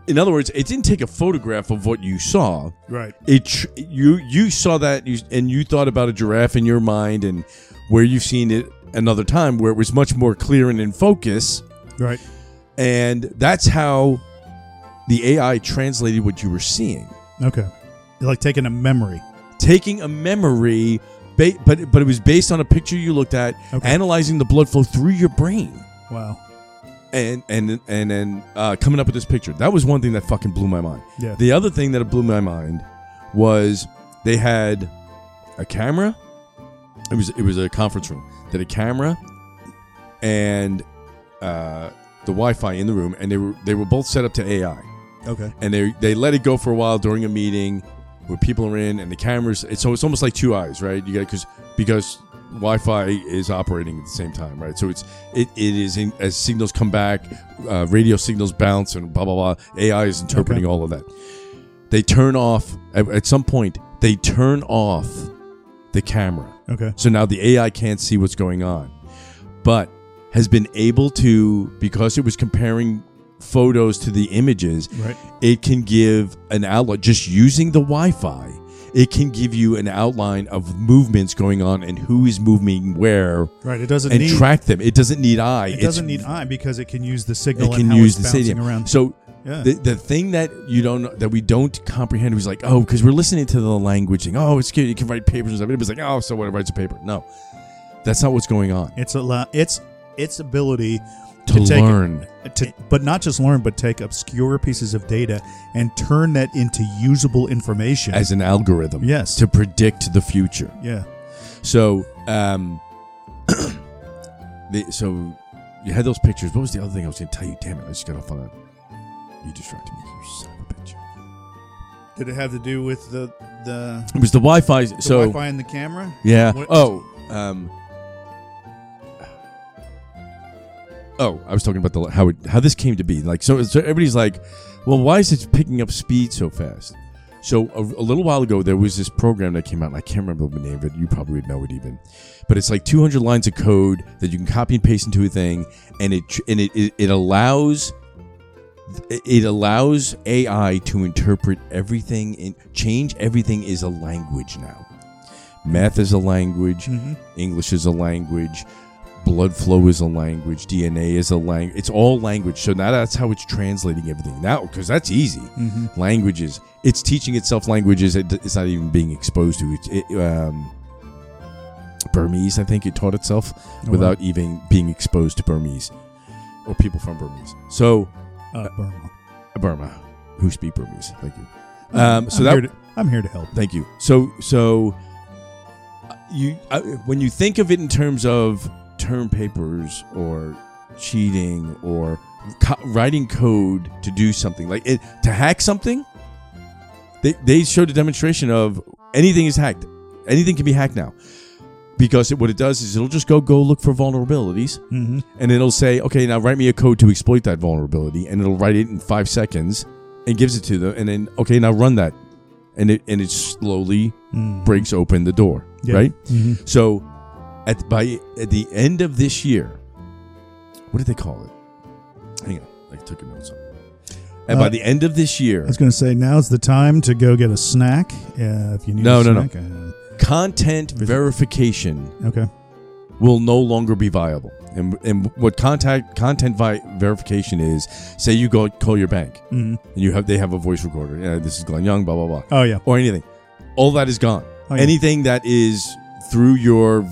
[SPEAKER 2] in other words it didn't take a photograph of what you saw
[SPEAKER 1] Right.
[SPEAKER 2] it tr- you you saw that you, and you thought about a giraffe in your mind and where you've seen it another time where it was much more clear and in focus
[SPEAKER 1] Right.
[SPEAKER 2] and that's how the AI translated what you were seeing
[SPEAKER 1] Okay. You're like taking a memory.
[SPEAKER 2] taking a memory ba- but but it was based on a picture you looked at
[SPEAKER 1] Okay.
[SPEAKER 2] analyzing the blood flow through your brain
[SPEAKER 1] Wow.
[SPEAKER 2] and and and then uh, coming up with this picture. That was one thing that fucking blew my mind.
[SPEAKER 1] Yeah.
[SPEAKER 2] The other thing that blew my mind was they had a camera. It was it was a conference room. They had a camera and uh, the Wi-Fi in the room, and they were they were both set up to AI,
[SPEAKER 1] okay.
[SPEAKER 2] and they they let it go for a while during a meeting where people are in, and the cameras. It's, so it's almost like two eyes, right? You got because because Wi-Fi is operating at the same time, right? So it's it, it is in, as signals come back, uh, radio signals bounce, and blah blah blah. AI is interpreting all of that. They turn off at, at some point. They turn off the camera,
[SPEAKER 1] Okay.
[SPEAKER 2] so now the AI can't see what's going on, but has been able to because it was comparing photos to the images
[SPEAKER 1] Right.
[SPEAKER 2] it can give an outline just using the Wi-Fi. It can give you an outline of movements going on and who is moving where
[SPEAKER 1] Right. It doesn't
[SPEAKER 2] and
[SPEAKER 1] need.
[SPEAKER 2] track them. It doesn't need eye.
[SPEAKER 1] it
[SPEAKER 2] It's-
[SPEAKER 1] doesn't need eye because it can use the signal
[SPEAKER 2] It can
[SPEAKER 1] and how
[SPEAKER 2] use the
[SPEAKER 1] it's bouncing
[SPEAKER 2] stadium.
[SPEAKER 1] around.
[SPEAKER 2] So
[SPEAKER 1] yeah.
[SPEAKER 2] the, the thing that you don't that we don't comprehend was like oh because we're listening to the language thing oh it's good you can write papers and stuff. It was like oh so what it writes a paper no that's not what's going on
[SPEAKER 1] it's a lot. It's its ability
[SPEAKER 2] to,
[SPEAKER 1] to take
[SPEAKER 2] learn
[SPEAKER 1] to, but not just learn, but take obscure pieces of data and turn that into usable information.
[SPEAKER 2] as an algorithm
[SPEAKER 1] Yes.
[SPEAKER 2] to predict the future.
[SPEAKER 1] yeah.
[SPEAKER 2] So, um, the, so you had those pictures. What was the other thing I was going to tell you? Damn it! I just got off on a. You distracted me. You son of a bitch.
[SPEAKER 1] Did it have to do with the the,
[SPEAKER 2] It was the Wi-Fi.
[SPEAKER 1] the
[SPEAKER 2] so
[SPEAKER 1] Wi-Fi and the camera?
[SPEAKER 2] yeah.
[SPEAKER 1] What-
[SPEAKER 2] Oh. Um. Oh, I was talking about the how it, how this came to be. Like so, so everybody's like, "Well, why is it picking up speed so fast?" So a, a little while ago, there was this program that came out, and I can't remember the name of it. You probably would know it even, but it's like 200 lines of code that you can copy and paste into a thing, and it tr- and it it, it allows it- it allows AI to interpret everything and change everything is a language now. Math is a language,
[SPEAKER 1] Hmm. Mm-hmm,
[SPEAKER 2] English is a language, blood flow is a language, DNA is a language. It's all language. So now that's how it's translating everything now because that's easy.
[SPEAKER 1] mm-hmm.
[SPEAKER 2] Languages. It's teaching itself languages. It, it's not even being exposed to it. it um, Burmese, I think it taught itself
[SPEAKER 1] Oh, wow.
[SPEAKER 2] without even being exposed to Burmese or people from Burmese. So
[SPEAKER 1] Uh, Burma.
[SPEAKER 2] Burma, who speak Burmese. Thank you. Um, so
[SPEAKER 1] I'm
[SPEAKER 2] that
[SPEAKER 1] here to, I'm here to help.
[SPEAKER 2] thank you. So so uh, you uh, when you think of it in terms of term papers or cheating or co- writing code to do something like it to hack something, they they showed a demonstration of anything is hacked. Anything can be hacked now. Because it, what it does is it'll just go go look for vulnerabilities
[SPEAKER 1] Mm-hmm.
[SPEAKER 2] and it'll say, okay, now write me a code to exploit that vulnerability, and it'll write it in five seconds and gives it to them, and then okay, now run that, and it and it slowly
[SPEAKER 1] mm-hmm.
[SPEAKER 2] breaks open the door,
[SPEAKER 1] Yeah.
[SPEAKER 2] right?
[SPEAKER 1] Mm-hmm.
[SPEAKER 2] So at by at the end of this year, what did they call it? Hang on, I took a note somewhere. And
[SPEAKER 1] Uh,
[SPEAKER 2] by the end of this
[SPEAKER 1] I
[SPEAKER 2] year,
[SPEAKER 1] was going to say now's the time to go get a snack. Uh, if you need
[SPEAKER 2] No,
[SPEAKER 1] a
[SPEAKER 2] no, no.
[SPEAKER 1] snack. Uh,
[SPEAKER 2] content verification
[SPEAKER 1] okay.
[SPEAKER 2] will no longer be viable. And and what contact content vi- verification is, say you go call your bank.
[SPEAKER 1] hmm
[SPEAKER 2] and you have they have a voice recorder. Yeah, this is Glenn Young, blah blah blah,
[SPEAKER 1] Oh yeah.
[SPEAKER 2] or anything. All that is gone.
[SPEAKER 1] Oh, yeah.
[SPEAKER 2] Anything that is through your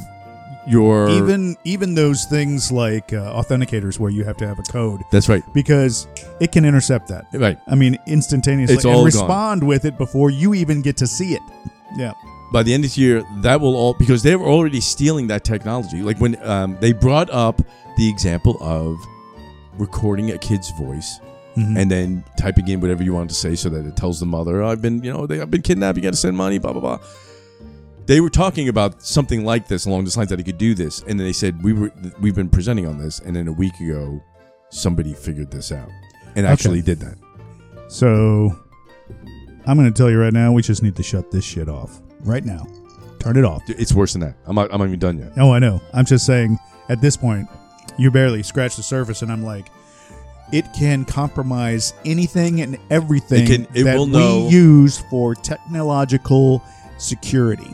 [SPEAKER 2] your
[SPEAKER 1] even even those things like uh, authenticators where you have to have a code
[SPEAKER 2] that's right,
[SPEAKER 1] because it can intercept that.
[SPEAKER 2] right.
[SPEAKER 1] I mean, instantaneously
[SPEAKER 2] It's all
[SPEAKER 1] and
[SPEAKER 2] gone.
[SPEAKER 1] respond with it before you even get to see it. Yeah.
[SPEAKER 2] By the end of the year, that will all because they were already stealing that technology. Like when um, they brought up the example of recording a kid's voice
[SPEAKER 1] Mhm.
[SPEAKER 2] and then typing in whatever you want to say so that it tells the mother, I've been, you know, they, I've been kidnapped. You got to send money, blah, blah, blah. They were talking about something like this along this lines that he could do this. And then they said, we were, we've been presenting on this. And then a week ago, somebody figured this out and actually did that.
[SPEAKER 1] So I'm going to tell you right now, we just need to shut this shit off right now. Turn it off.
[SPEAKER 2] D- It's worse than that. I'm not, I'm not even done yet.
[SPEAKER 1] Oh, I know. I'm just saying. At this point, you barely scratch the surface, and I'm like, it can compromise anything and everything
[SPEAKER 2] It can- it
[SPEAKER 1] that
[SPEAKER 2] will
[SPEAKER 1] we
[SPEAKER 2] know-
[SPEAKER 1] use for technological security.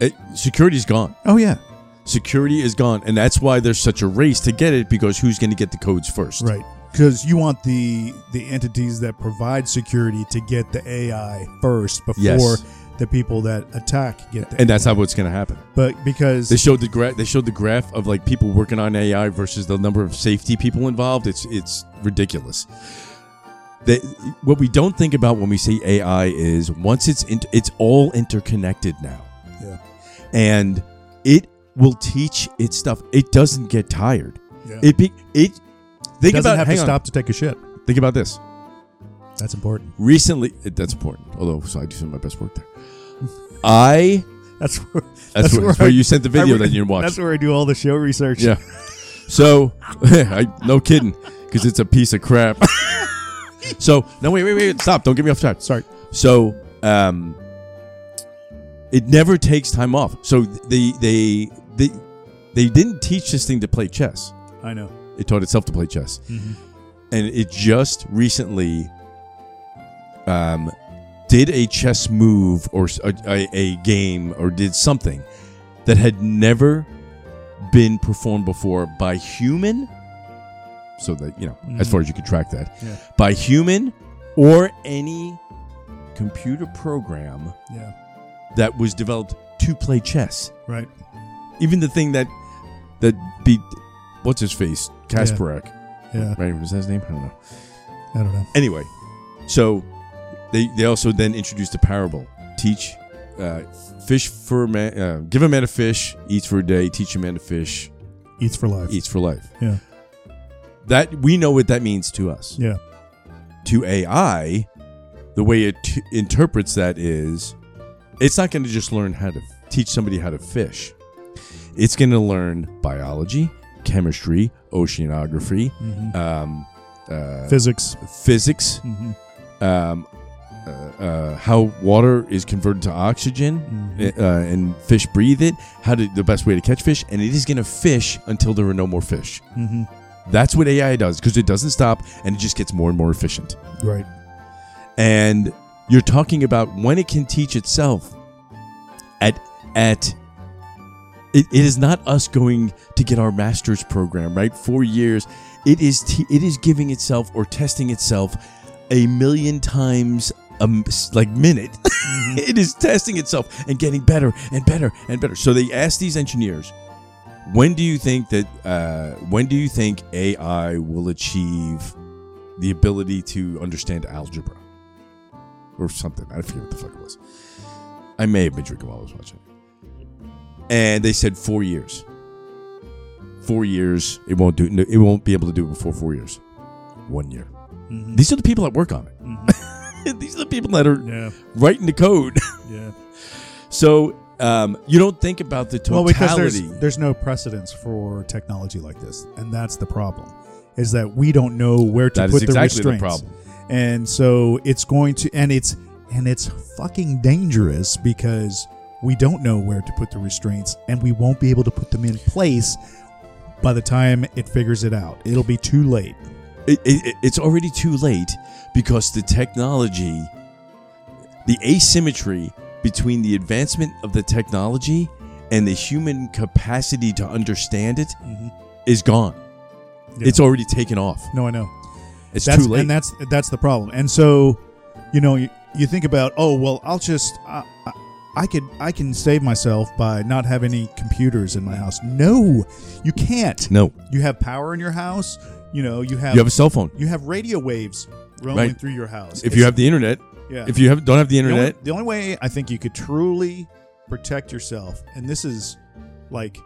[SPEAKER 2] It, security's gone.
[SPEAKER 1] Oh yeah,
[SPEAKER 2] Security is gone. And that's why there's such a race to get it because who's going to get the codes first?
[SPEAKER 1] right. Because you want the the entities that provide security to get the AI first before
[SPEAKER 2] Yes.
[SPEAKER 1] the people that attack get the.
[SPEAKER 2] And that's not what's going to happen.
[SPEAKER 1] but because
[SPEAKER 2] They showed the graph. They showed the graph of like people working on AI versus the number of safety people involved. It's it's ridiculous. They, what we don't think about when we say AI is once it's in, it's all interconnected now,
[SPEAKER 1] yeah,
[SPEAKER 2] and it will teach its stuff. It doesn't get tired.
[SPEAKER 1] yeah.
[SPEAKER 2] It be, it think
[SPEAKER 1] doesn't
[SPEAKER 2] about
[SPEAKER 1] have to
[SPEAKER 2] hang on.
[SPEAKER 1] stop to take a shit.
[SPEAKER 2] Think about this.
[SPEAKER 1] That's important.
[SPEAKER 2] Recently, that's important. Although, so I do some of my best work there. I
[SPEAKER 1] That's where,
[SPEAKER 2] that's, where, that's
[SPEAKER 1] I-
[SPEAKER 2] where you sent the video
[SPEAKER 1] I re-
[SPEAKER 2] that you watched.
[SPEAKER 1] That's where I do all the show research.
[SPEAKER 2] Yeah. So, I, no kidding, because it's a piece of crap. so, no, wait, wait, wait, stop! Don't get me off track.
[SPEAKER 1] Sorry.
[SPEAKER 2] So, um, it never takes time off. So they they they they didn't teach this thing to play chess.
[SPEAKER 1] I know. Mm-hmm.
[SPEAKER 2] It taught itself to play chess, and it just recently, um, did a chess move or s- a, a- a game or did something that had never been performed before by human so that you know as far as you can track that
[SPEAKER 1] Yeah.
[SPEAKER 2] by human or any computer program
[SPEAKER 1] Yeah.
[SPEAKER 2] that was developed to play chess
[SPEAKER 1] Right.
[SPEAKER 2] even the thing that that beat what's his face Kasparov
[SPEAKER 1] Yeah.
[SPEAKER 2] right was that his name I don't know
[SPEAKER 1] I don't know.
[SPEAKER 2] anyway, so they they also then introduced a parable. Teach uh, fish for a man, uh, give a man a fish, eats for a day. Teach a man to fish,
[SPEAKER 1] Eats for life.
[SPEAKER 2] eats for life.
[SPEAKER 1] Yeah.
[SPEAKER 2] That we know what that means to us.
[SPEAKER 1] Yeah.
[SPEAKER 2] To AI, the way it t- interprets that is it's not going to just learn how to teach somebody how to fish. It's going to learn biology, chemistry, oceanography, um, uh,
[SPEAKER 1] Physics.
[SPEAKER 2] physics,
[SPEAKER 1] Mhm.
[SPEAKER 2] um, uh, uh, how water is converted to oxygen uh, and fish breathe it, how to, the best way to catch fish, and it is going to fish until there are no more fish.
[SPEAKER 1] Mhm.
[SPEAKER 2] That's what AI does because it doesn't stop and it just gets more and more efficient.
[SPEAKER 1] Right.
[SPEAKER 2] And you're talking about when it can teach itself at at it, it is not us going to get our master's program right four years it is t- it is giving itself or testing itself a million times a m- s- like minute it is testing itself and getting better and better and better so they asked these engineers when do you think that uh, when do you think ai will achieve the ability to understand algebra or something i forget what the fuck it was i may have been drinking while i was watching it and they said four years. Four years, it won't do. It won't be able to do it before four years. One year.
[SPEAKER 1] Mm-hmm.
[SPEAKER 2] These are the people that work on it. These are the people that are
[SPEAKER 1] Yeah.
[SPEAKER 2] writing the code.
[SPEAKER 1] Yeah.
[SPEAKER 2] So um, you don't think about the
[SPEAKER 1] Well, because
[SPEAKER 2] totality.
[SPEAKER 1] there's there's no precedence for technology like this, and that's the problem. Is that we don't know where to
[SPEAKER 2] That is
[SPEAKER 1] put
[SPEAKER 2] exactly
[SPEAKER 1] the
[SPEAKER 2] the
[SPEAKER 1] restraints,
[SPEAKER 2] problem.
[SPEAKER 1] and so it's going to, and it's and it's fucking dangerous because we don't know where to put the restraints, and we won't be able to put them in place by the time it figures it out. It'll be too late.
[SPEAKER 2] it, it, it- it's already too late because the technology, the asymmetry between the advancement of the technology and the human capacity to understand it is gone.
[SPEAKER 1] Mm-hmm. Yeah.
[SPEAKER 2] It's already taken off.
[SPEAKER 1] No, I know.
[SPEAKER 2] It's
[SPEAKER 1] that's,
[SPEAKER 2] too late.
[SPEAKER 1] and that's that's the problem. And so, you know, you, you think about, oh well, I'll just I, I, I could I can save myself by not have any computers in my house. No, you can't.
[SPEAKER 2] no,
[SPEAKER 1] You have power in your house. You know, you have
[SPEAKER 2] you have a cell phone.
[SPEAKER 1] you have radio waves roaming
[SPEAKER 2] Right.
[SPEAKER 1] through your house.
[SPEAKER 2] If you have the internet,
[SPEAKER 1] yeah.
[SPEAKER 2] if you have don't have the
[SPEAKER 1] The only-
[SPEAKER 2] internet,
[SPEAKER 1] The only, way I think you could truly protect yourself, and this is like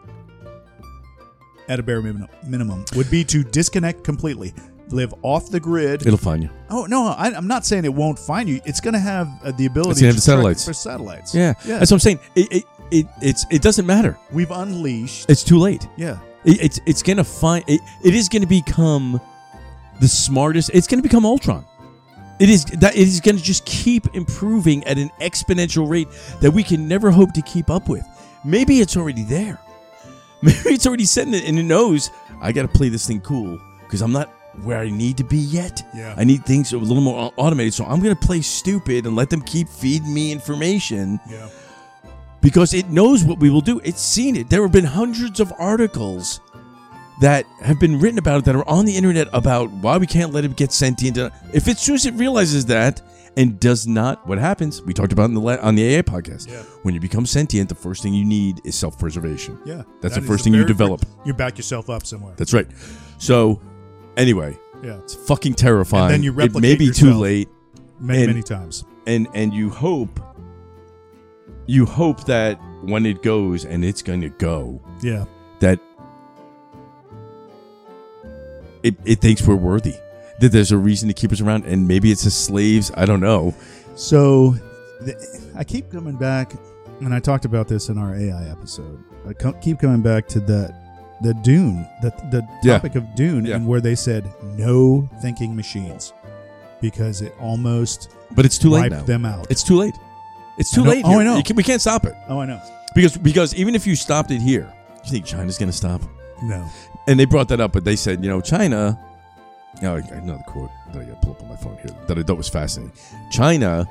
[SPEAKER 1] at a bare minimum, minimum would be to disconnect completely, live off the grid.
[SPEAKER 2] it'll find you.
[SPEAKER 1] Oh no, I, I'm not saying it won't find you. It's going to have uh, the ability
[SPEAKER 2] It's gonna
[SPEAKER 1] to
[SPEAKER 2] have the
[SPEAKER 1] track
[SPEAKER 2] satellites.
[SPEAKER 1] for satellites.
[SPEAKER 2] Yeah, that's what I'm saying. It, it, it it's it doesn't matter.
[SPEAKER 1] we've unleashed.
[SPEAKER 2] It's too late.
[SPEAKER 1] yeah,
[SPEAKER 2] It, it's it's gonna find it, it is gonna become the smartest. It's gonna become Ultron. It is that it is gonna just keep improving at an exponential rate that we can never hope to keep up with. Maybe it's already there. Maybe it's already setting it and it knows I gotta play this thing cool because I'm not where I need to be yet.
[SPEAKER 1] Yeah.
[SPEAKER 2] I need things a little more au- automated, so I'm gonna play stupid and let them keep feeding me information
[SPEAKER 1] yeah,
[SPEAKER 2] because it knows what we will do. It's seen it. There have been hundreds of articles that have been written about it that are on the internet about why we can't let it get sentient. If it soon as it realizes that and does not, what happens? We talked about in the la- on the AA podcast.
[SPEAKER 1] Yeah.
[SPEAKER 2] When you become sentient, the first thing you need is self preservation.
[SPEAKER 1] yeah.
[SPEAKER 2] That's
[SPEAKER 1] That
[SPEAKER 2] the
[SPEAKER 1] is
[SPEAKER 2] first thing you
[SPEAKER 1] very
[SPEAKER 2] develop.
[SPEAKER 1] fir- You back yourself up somewhere.
[SPEAKER 2] That's right. So, anyway,
[SPEAKER 1] yeah,
[SPEAKER 2] it's fucking terrifying.
[SPEAKER 1] And then you
[SPEAKER 2] it may
[SPEAKER 1] replicate
[SPEAKER 2] be too
[SPEAKER 1] yourself.
[SPEAKER 2] late.
[SPEAKER 1] many
[SPEAKER 2] and-
[SPEAKER 1] many times.
[SPEAKER 2] and and you hope you hope that when it goes and it's going to go
[SPEAKER 1] Yeah,
[SPEAKER 2] that it, it thinks we're worthy that there's a reason to keep us around and maybe it's as slaves i don't know
[SPEAKER 1] So th- I keep coming back, and I talked about this in our AI episode. I co- keep coming back to that the Dune, the the
[SPEAKER 2] Yeah.
[SPEAKER 1] topic of Dune,
[SPEAKER 2] Yeah.
[SPEAKER 1] and where they said no thinking machines because it almost
[SPEAKER 2] but it's too late
[SPEAKER 1] wiped
[SPEAKER 2] now
[SPEAKER 1] them out.
[SPEAKER 2] it's too late it's
[SPEAKER 1] I
[SPEAKER 2] too
[SPEAKER 1] know-
[SPEAKER 2] late
[SPEAKER 1] oh,
[SPEAKER 2] here.
[SPEAKER 1] I know.
[SPEAKER 2] You can- we can't stop it
[SPEAKER 1] oh, I know.
[SPEAKER 2] because because even if you stopped it here you think china's going to stop
[SPEAKER 1] No,
[SPEAKER 2] and they brought that up, but they said, you know, China. Now, another quote that I got to pull up on my phone here that I thought was fascinating. China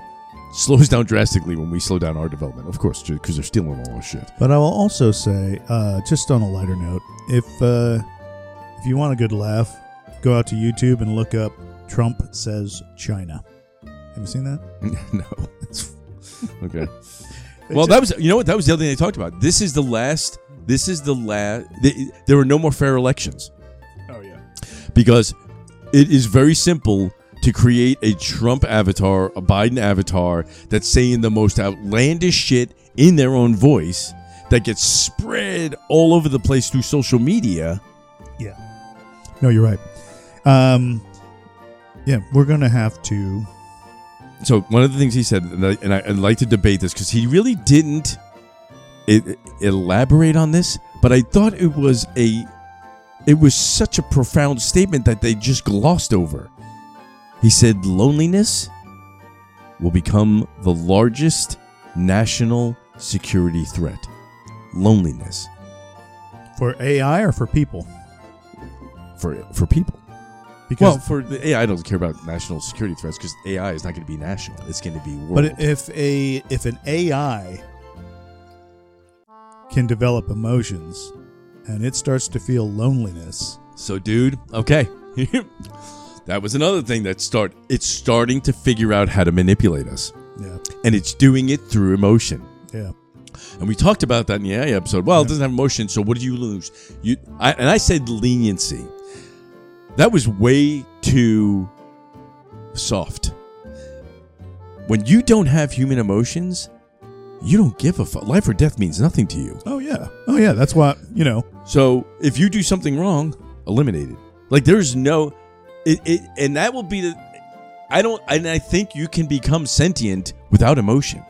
[SPEAKER 2] slows down drastically when we slow down our development, of course, because they're stealing all our shit.
[SPEAKER 1] but I will also say, uh, just on a lighter note, if uh, if you want a good laugh, go out to YouTube and look up Trump says China. Have you seen that?
[SPEAKER 2] no, It's- okay. well, that was you know what that was the other thing they talked about. This is the last. This is the last. There were no more fair elections.
[SPEAKER 1] Oh yeah.
[SPEAKER 2] because it is very simple to create a Trump avatar, a Biden avatar that's saying the most outlandish shit in their own voice that gets spread all over the place through social media.
[SPEAKER 1] Yeah. No, you're right. Um, yeah, we're gonna have to
[SPEAKER 2] so one of the things he said, and, I, and I, I'd like to debate this because he really didn't e- elaborate on this, but I thought it was a, it was such a profound statement that they just glossed over. He said loneliness will become the largest national security threat. Loneliness
[SPEAKER 1] for AI or for people?
[SPEAKER 2] for for people.
[SPEAKER 1] Because
[SPEAKER 2] well, for the AI, I don't care about national security threats because AI is not going to be national. It's going to be world.
[SPEAKER 1] But if a if an AI can develop emotions and it starts to feel loneliness,
[SPEAKER 2] so, dude, okay, that was another thing that start. It's starting to figure out how to manipulate us,
[SPEAKER 1] yeah,
[SPEAKER 2] and it's doing it through emotion.
[SPEAKER 1] yeah,
[SPEAKER 2] And we talked about that in the AI episode. Well, it doesn't have emotion, so what do you lose? You I, and I said leniency. That was way too soft. When you don't have human emotions, you don't give a fuck. Life or death means nothing to you.
[SPEAKER 1] oh yeah, oh yeah. That's why you know,
[SPEAKER 2] So if you do something wrong, eliminate it. Like there's no, it, it and that will be the. I don't, and I think you can become sentient without emotion.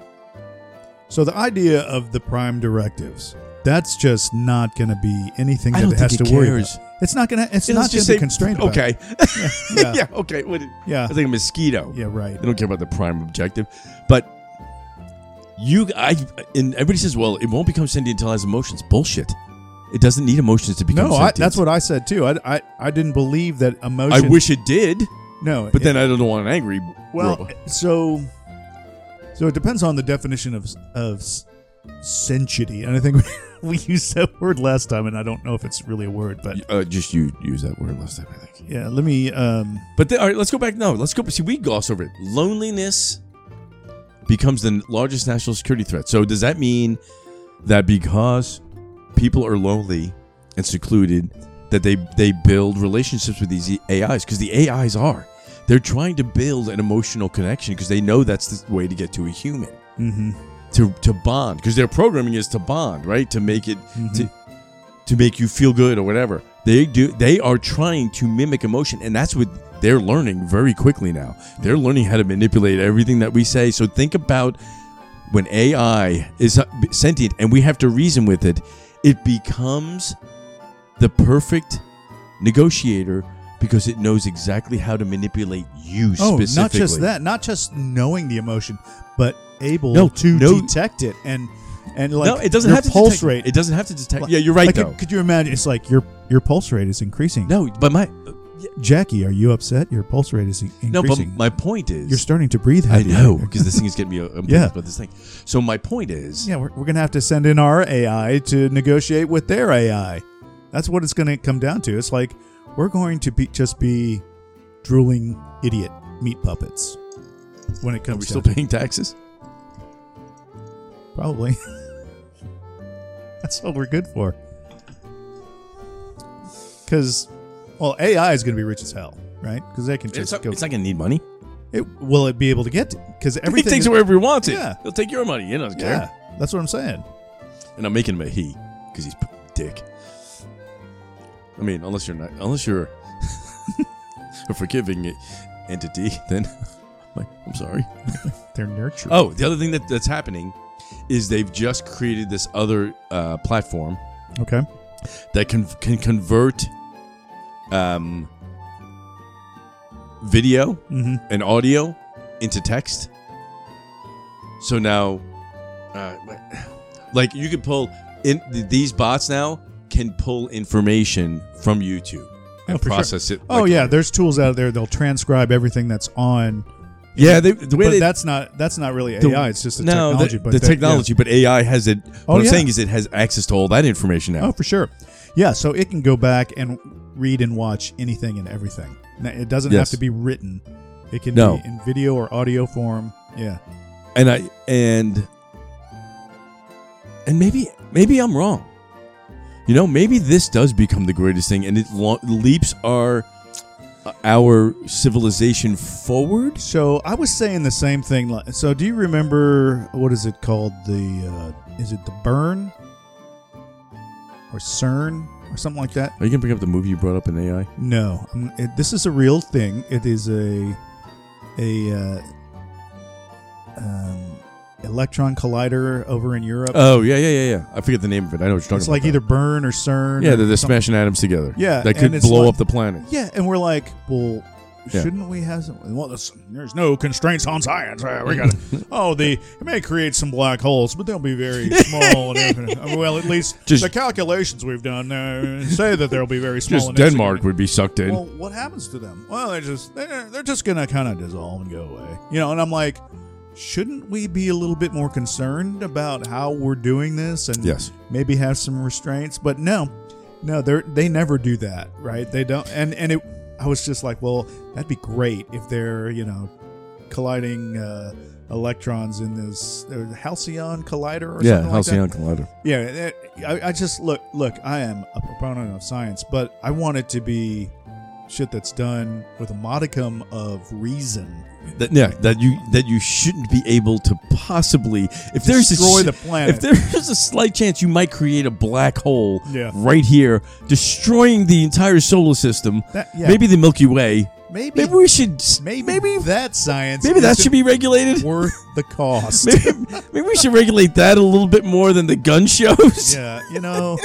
[SPEAKER 1] So the idea of the prime directives, that's just not going to be anything
[SPEAKER 2] I
[SPEAKER 1] that
[SPEAKER 2] don't
[SPEAKER 1] it has
[SPEAKER 2] think
[SPEAKER 1] to
[SPEAKER 2] it
[SPEAKER 1] worry
[SPEAKER 2] cares.
[SPEAKER 1] about. It's not going to. It's
[SPEAKER 2] Let's
[SPEAKER 1] not going
[SPEAKER 2] just
[SPEAKER 1] to be
[SPEAKER 2] say,
[SPEAKER 1] constrained. about it.
[SPEAKER 2] Okay.
[SPEAKER 1] Yeah.
[SPEAKER 2] Yeah. okay. What,
[SPEAKER 1] Yeah.
[SPEAKER 2] I think a mosquito.
[SPEAKER 1] Yeah. Right.
[SPEAKER 2] They don't care about the prime objective, but you, I, and everybody says, well, it won't become sentient until it has emotions. Bullshit. It doesn't need emotions to become
[SPEAKER 1] No, I,
[SPEAKER 2] sentient.
[SPEAKER 1] that's what I said too. I, I, I didn't believe that emotion.
[SPEAKER 2] I wish it did,
[SPEAKER 1] No,
[SPEAKER 2] but
[SPEAKER 1] it-
[SPEAKER 2] then I don't want an angry.
[SPEAKER 1] well,
[SPEAKER 2] robot.
[SPEAKER 1] so, so it depends on the definition of of s- sentity, and I think we, we used that word last time, and I don't know if it's really a word, but
[SPEAKER 2] uh, just you use that word last time, I think.
[SPEAKER 1] yeah. Let me. Um,
[SPEAKER 2] But then, all right, let's go back. No, let's go. See, we gloss over it. Loneliness becomes the largest national security threat. So, does that mean that because people are lonely and secluded, that they they build relationships with these AIs? Because the AIs are they're trying to build an emotional connection because they know that's the way to get to a human
[SPEAKER 1] mhm.
[SPEAKER 2] to to bond because their programming is to bond, right? To make it
[SPEAKER 1] Mm-hmm.
[SPEAKER 2] to to make you feel good or whatever. They do they are trying to mimic emotion and that's what they're learning very quickly now. They're learning how to manipulate everything that we say. So think about when AI is uh, b- sentient and we have to reason with it, it becomes the perfect negotiator because it knows exactly how to manipulate you
[SPEAKER 1] Oh,
[SPEAKER 2] specifically.
[SPEAKER 1] not just that, not just knowing the emotion, but able
[SPEAKER 2] No,
[SPEAKER 1] to
[SPEAKER 2] no-
[SPEAKER 1] detect it and and like
[SPEAKER 2] no, it doesn't
[SPEAKER 1] your
[SPEAKER 2] have to
[SPEAKER 1] pulse
[SPEAKER 2] detect-
[SPEAKER 1] rate.
[SPEAKER 2] It doesn't have to detect.
[SPEAKER 1] Like-
[SPEAKER 2] Yeah, you're right
[SPEAKER 1] like,
[SPEAKER 2] though.
[SPEAKER 1] Could, could you imagine? It's like your your pulse rate is increasing.
[SPEAKER 2] No, but my uh,
[SPEAKER 1] Jackie, are you upset? Your pulse rate is in-
[SPEAKER 2] no, but
[SPEAKER 1] increasing.
[SPEAKER 2] my point is
[SPEAKER 1] You're starting to breathe
[SPEAKER 2] I
[SPEAKER 1] heavy.
[SPEAKER 2] know because this thing is getting me. I'm
[SPEAKER 1] Yeah.
[SPEAKER 2] about this thing. So my point is,
[SPEAKER 1] Yeah, we're, we're gonna have to send in our AI to negotiate with their AI. That's what it's gonna come down to. It's like we're going to be just be drooling idiot meat puppets when it
[SPEAKER 2] are we
[SPEAKER 1] comes
[SPEAKER 2] still
[SPEAKER 1] down to
[SPEAKER 2] paying taxes?
[SPEAKER 1] Probably. That's what we're good for. Because, well, AI is going to be rich as hell, right? Because they can
[SPEAKER 2] It's,
[SPEAKER 1] just
[SPEAKER 2] not-
[SPEAKER 1] go.
[SPEAKER 2] it's not going to need money.
[SPEAKER 1] it, will it be able to get? Because
[SPEAKER 2] He
[SPEAKER 1] everything.
[SPEAKER 2] takes
[SPEAKER 1] is-
[SPEAKER 2] it wherever he wants it.
[SPEAKER 1] Yeah.
[SPEAKER 2] He'll take your money. He doesn't
[SPEAKER 1] yeah,
[SPEAKER 2] care.
[SPEAKER 1] that's what I'm saying.
[SPEAKER 2] And I'm making him a he because he's p- dick. I mean, unless you're not, unless you're a forgiving entity, then like, I'm sorry.
[SPEAKER 1] They're nurturing.
[SPEAKER 2] Oh, the other thing that, that's happening is they've just created this other uh, platform
[SPEAKER 1] Okay.
[SPEAKER 2] that can can convert um, video
[SPEAKER 1] hmm
[SPEAKER 2] and audio into text. So now, uh, like you could pull in th- these bots now can pull information from YouTube and
[SPEAKER 1] Oh, for sure.
[SPEAKER 2] process it.
[SPEAKER 1] Oh
[SPEAKER 2] like-
[SPEAKER 1] yeah, there's tools out there. They'll transcribe everything that's on.
[SPEAKER 2] yeah. They, the way
[SPEAKER 1] But
[SPEAKER 2] they,
[SPEAKER 1] that's not that's not really AI.
[SPEAKER 2] the-
[SPEAKER 1] it's just the
[SPEAKER 2] no,
[SPEAKER 1] technology.
[SPEAKER 2] the,
[SPEAKER 1] but
[SPEAKER 2] the
[SPEAKER 1] they- yeah.
[SPEAKER 2] technology, but AI has it. What
[SPEAKER 1] Oh,
[SPEAKER 2] I'm
[SPEAKER 1] yeah.
[SPEAKER 2] saying is, it has access to all that information now.
[SPEAKER 1] Oh, for sure. Yeah, so it can go back and read and watch anything and everything. Now, It doesn't have
[SPEAKER 2] Yes.
[SPEAKER 1] to be written. It can
[SPEAKER 2] No.
[SPEAKER 1] be in video or audio form. Yeah.
[SPEAKER 2] and I and and maybe maybe I'm wrong. You know, maybe this does become the greatest thing, and it lo- leaps our uh, our civilization forward.
[SPEAKER 1] So I was saying the same thing. li- So do you remember what is it called? The uh, is it the burn or CERN or something like that? Um,
[SPEAKER 2] Are you gonna bring up the movie you brought up in AI?
[SPEAKER 1] No, I'm, it, this is a real thing. It is a a uh, um, Electron Collider over in Europe.
[SPEAKER 2] Oh yeah, yeah, yeah, yeah. I forget the name of it. I know what you're talking
[SPEAKER 1] it's
[SPEAKER 2] about.
[SPEAKER 1] like either burn or CERN.
[SPEAKER 2] yeah,
[SPEAKER 1] or
[SPEAKER 2] they're, they're
[SPEAKER 1] something.
[SPEAKER 2] smashing atoms together.
[SPEAKER 1] Yeah,
[SPEAKER 2] that
[SPEAKER 1] and
[SPEAKER 2] could
[SPEAKER 1] it's
[SPEAKER 2] blow
[SPEAKER 1] like-
[SPEAKER 2] up the planet.
[SPEAKER 1] Yeah, and we're like, well,
[SPEAKER 2] Yeah.
[SPEAKER 1] shouldn't we have some? Well, this, there's no constraints on science. Uh, We got oh, the it may create some black holes, but they'll be very small. and infinite. Uh, well, at least
[SPEAKER 2] Just-
[SPEAKER 1] the calculations we've done uh, say that they'll be very small.
[SPEAKER 2] Just
[SPEAKER 1] and
[SPEAKER 2] Denmark
[SPEAKER 1] insignificant.
[SPEAKER 2] would be sucked in.
[SPEAKER 1] Well, what happens to them? Well, they're just they're, they're just gonna kind of dissolve and go away, you know. And I'm like, shouldn't we be a little bit more concerned about how we're doing this and
[SPEAKER 2] Yes.
[SPEAKER 1] maybe have some restraints? But no, no, they are they never do that, right? They don't. And and it, I was just like, well, that'd be great if they're you know colliding. Uh, Electrons in this uh, Halcyon collider, or
[SPEAKER 2] yeah,
[SPEAKER 1] something like that.
[SPEAKER 2] Halcyon Collider.
[SPEAKER 1] Yeah, eh, I, I just look. Look, I am a proponent of science, but I want it to be shit that's done with a modicum of reason.
[SPEAKER 2] That, yeah, that you that you shouldn't be able to possibly if there's
[SPEAKER 1] Destroy
[SPEAKER 2] a,
[SPEAKER 1] the planet.
[SPEAKER 2] If there's a slight chance you might create a black hole
[SPEAKER 1] Yeah.
[SPEAKER 2] right here, destroying the entire solar system,
[SPEAKER 1] That- yeah.
[SPEAKER 2] maybe the Milky Way.
[SPEAKER 1] Maybe,
[SPEAKER 2] Maybe
[SPEAKER 1] maybe,
[SPEAKER 2] we should s-
[SPEAKER 1] maybe that science.
[SPEAKER 2] maybe that
[SPEAKER 1] isn't
[SPEAKER 2] should be regulated.
[SPEAKER 1] worth the cost.
[SPEAKER 2] Maybe, maybe we should regulate that a little bit more than the gun shows.
[SPEAKER 1] yeah, you know.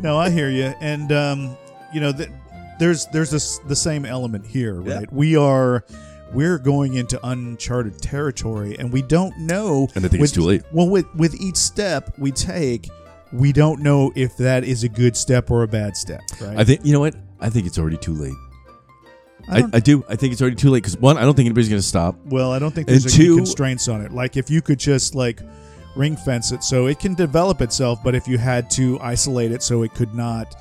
[SPEAKER 1] No, I hear you, and um, you know, th- there's there's this the same element here,
[SPEAKER 2] Yeah.
[SPEAKER 1] right? We are we're going into uncharted territory, and we don't know.
[SPEAKER 2] And I think
[SPEAKER 1] with,
[SPEAKER 2] it's too late.
[SPEAKER 1] Well, with with each step we take, we don't know if that is a good step or a bad step, right?
[SPEAKER 2] I think you know what? I think it's already too late.
[SPEAKER 1] I
[SPEAKER 2] I,
[SPEAKER 1] don't-
[SPEAKER 2] I do. I think it's already too late because one, I don't think anybody's going to stop.
[SPEAKER 1] well, I don't think
[SPEAKER 2] and
[SPEAKER 1] there's
[SPEAKER 2] two-
[SPEAKER 1] any constraints on it. Like if you could just like ring fence it so it can develop itself, but if you had to isolate it so it could not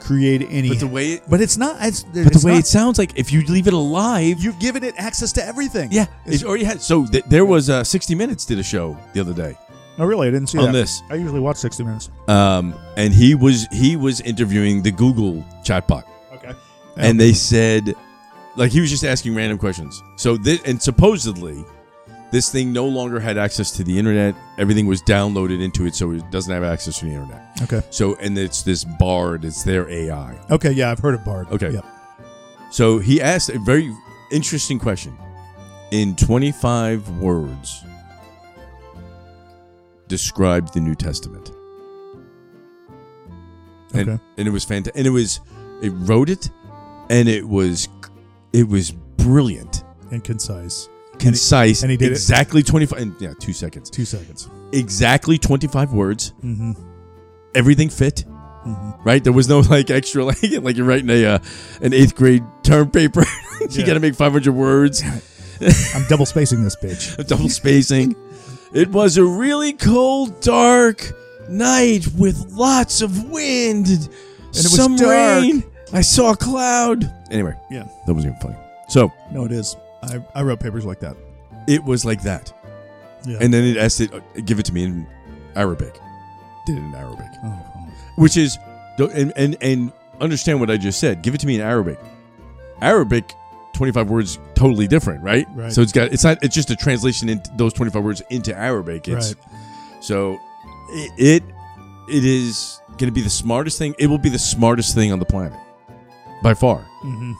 [SPEAKER 1] create any.
[SPEAKER 2] But the way it,
[SPEAKER 1] But it's not. It's,
[SPEAKER 2] but the way it sounds like if you leave it alive,
[SPEAKER 1] You've given it access to everything.
[SPEAKER 2] yeah, it's already had. So th- there was uh, 60 Minutes did a show the other day.
[SPEAKER 1] Oh, really? I didn't see
[SPEAKER 2] On
[SPEAKER 1] that.
[SPEAKER 2] this.
[SPEAKER 1] I usually watch 60 Minutes.
[SPEAKER 2] um, and he was he was interviewing the Google chatbot,
[SPEAKER 1] Okay.
[SPEAKER 2] and they said, like he was just asking random questions. So this and supposedly, this thing no longer had access to the internet. Everything was downloaded into it, so it doesn't have access to the internet.
[SPEAKER 1] Okay.
[SPEAKER 2] So and it's this Bard, it's their AI.
[SPEAKER 1] Okay. Yeah, I've heard of Bard.
[SPEAKER 2] Okay.
[SPEAKER 1] Yep.
[SPEAKER 2] So he asked a very interesting question. In 25 words, describe the New Testament. And,
[SPEAKER 1] Okay.
[SPEAKER 2] and it was fantastic. And it was, it wrote it, and it was, it was brilliant,
[SPEAKER 1] And concise.
[SPEAKER 2] concise,
[SPEAKER 1] and he did it-
[SPEAKER 2] exactly 25, and yeah, two seconds,
[SPEAKER 1] Two seconds.
[SPEAKER 2] exactly 25 words.
[SPEAKER 1] Mm-hmm.
[SPEAKER 2] Everything fit.
[SPEAKER 1] Mhm.
[SPEAKER 2] Right, there was no like extra like like you're writing a uh, an eighth grade term paper. you
[SPEAKER 1] Yeah.
[SPEAKER 2] got to make 500 words.
[SPEAKER 1] I'm double spacing this bitch.
[SPEAKER 2] double spacing. It was a really cold, dark night with lots of wind and,
[SPEAKER 1] it was
[SPEAKER 2] some
[SPEAKER 1] dark.
[SPEAKER 2] rain. I saw a cloud. Anyway,
[SPEAKER 1] Yeah.
[SPEAKER 2] that wasn't even funny. So
[SPEAKER 1] No, it is. I, I wrote papers like that.
[SPEAKER 2] it was like that,
[SPEAKER 1] Yeah.
[SPEAKER 2] and then it asked it, uh, "Give it to me in Arabic." Did it in Arabic,
[SPEAKER 1] Oh, oh.
[SPEAKER 2] which is, don't- and and and understand what I just said. Give it to me in Arabic. Arabic. 25 words totally different right
[SPEAKER 1] Right.
[SPEAKER 2] so it's got it's not it's just a translation in those 25 words into arabic it's
[SPEAKER 1] Right.
[SPEAKER 2] So it it, it is going to be the smartest thing. It will be the smartest thing on the planet by far.
[SPEAKER 1] Mm-hmm.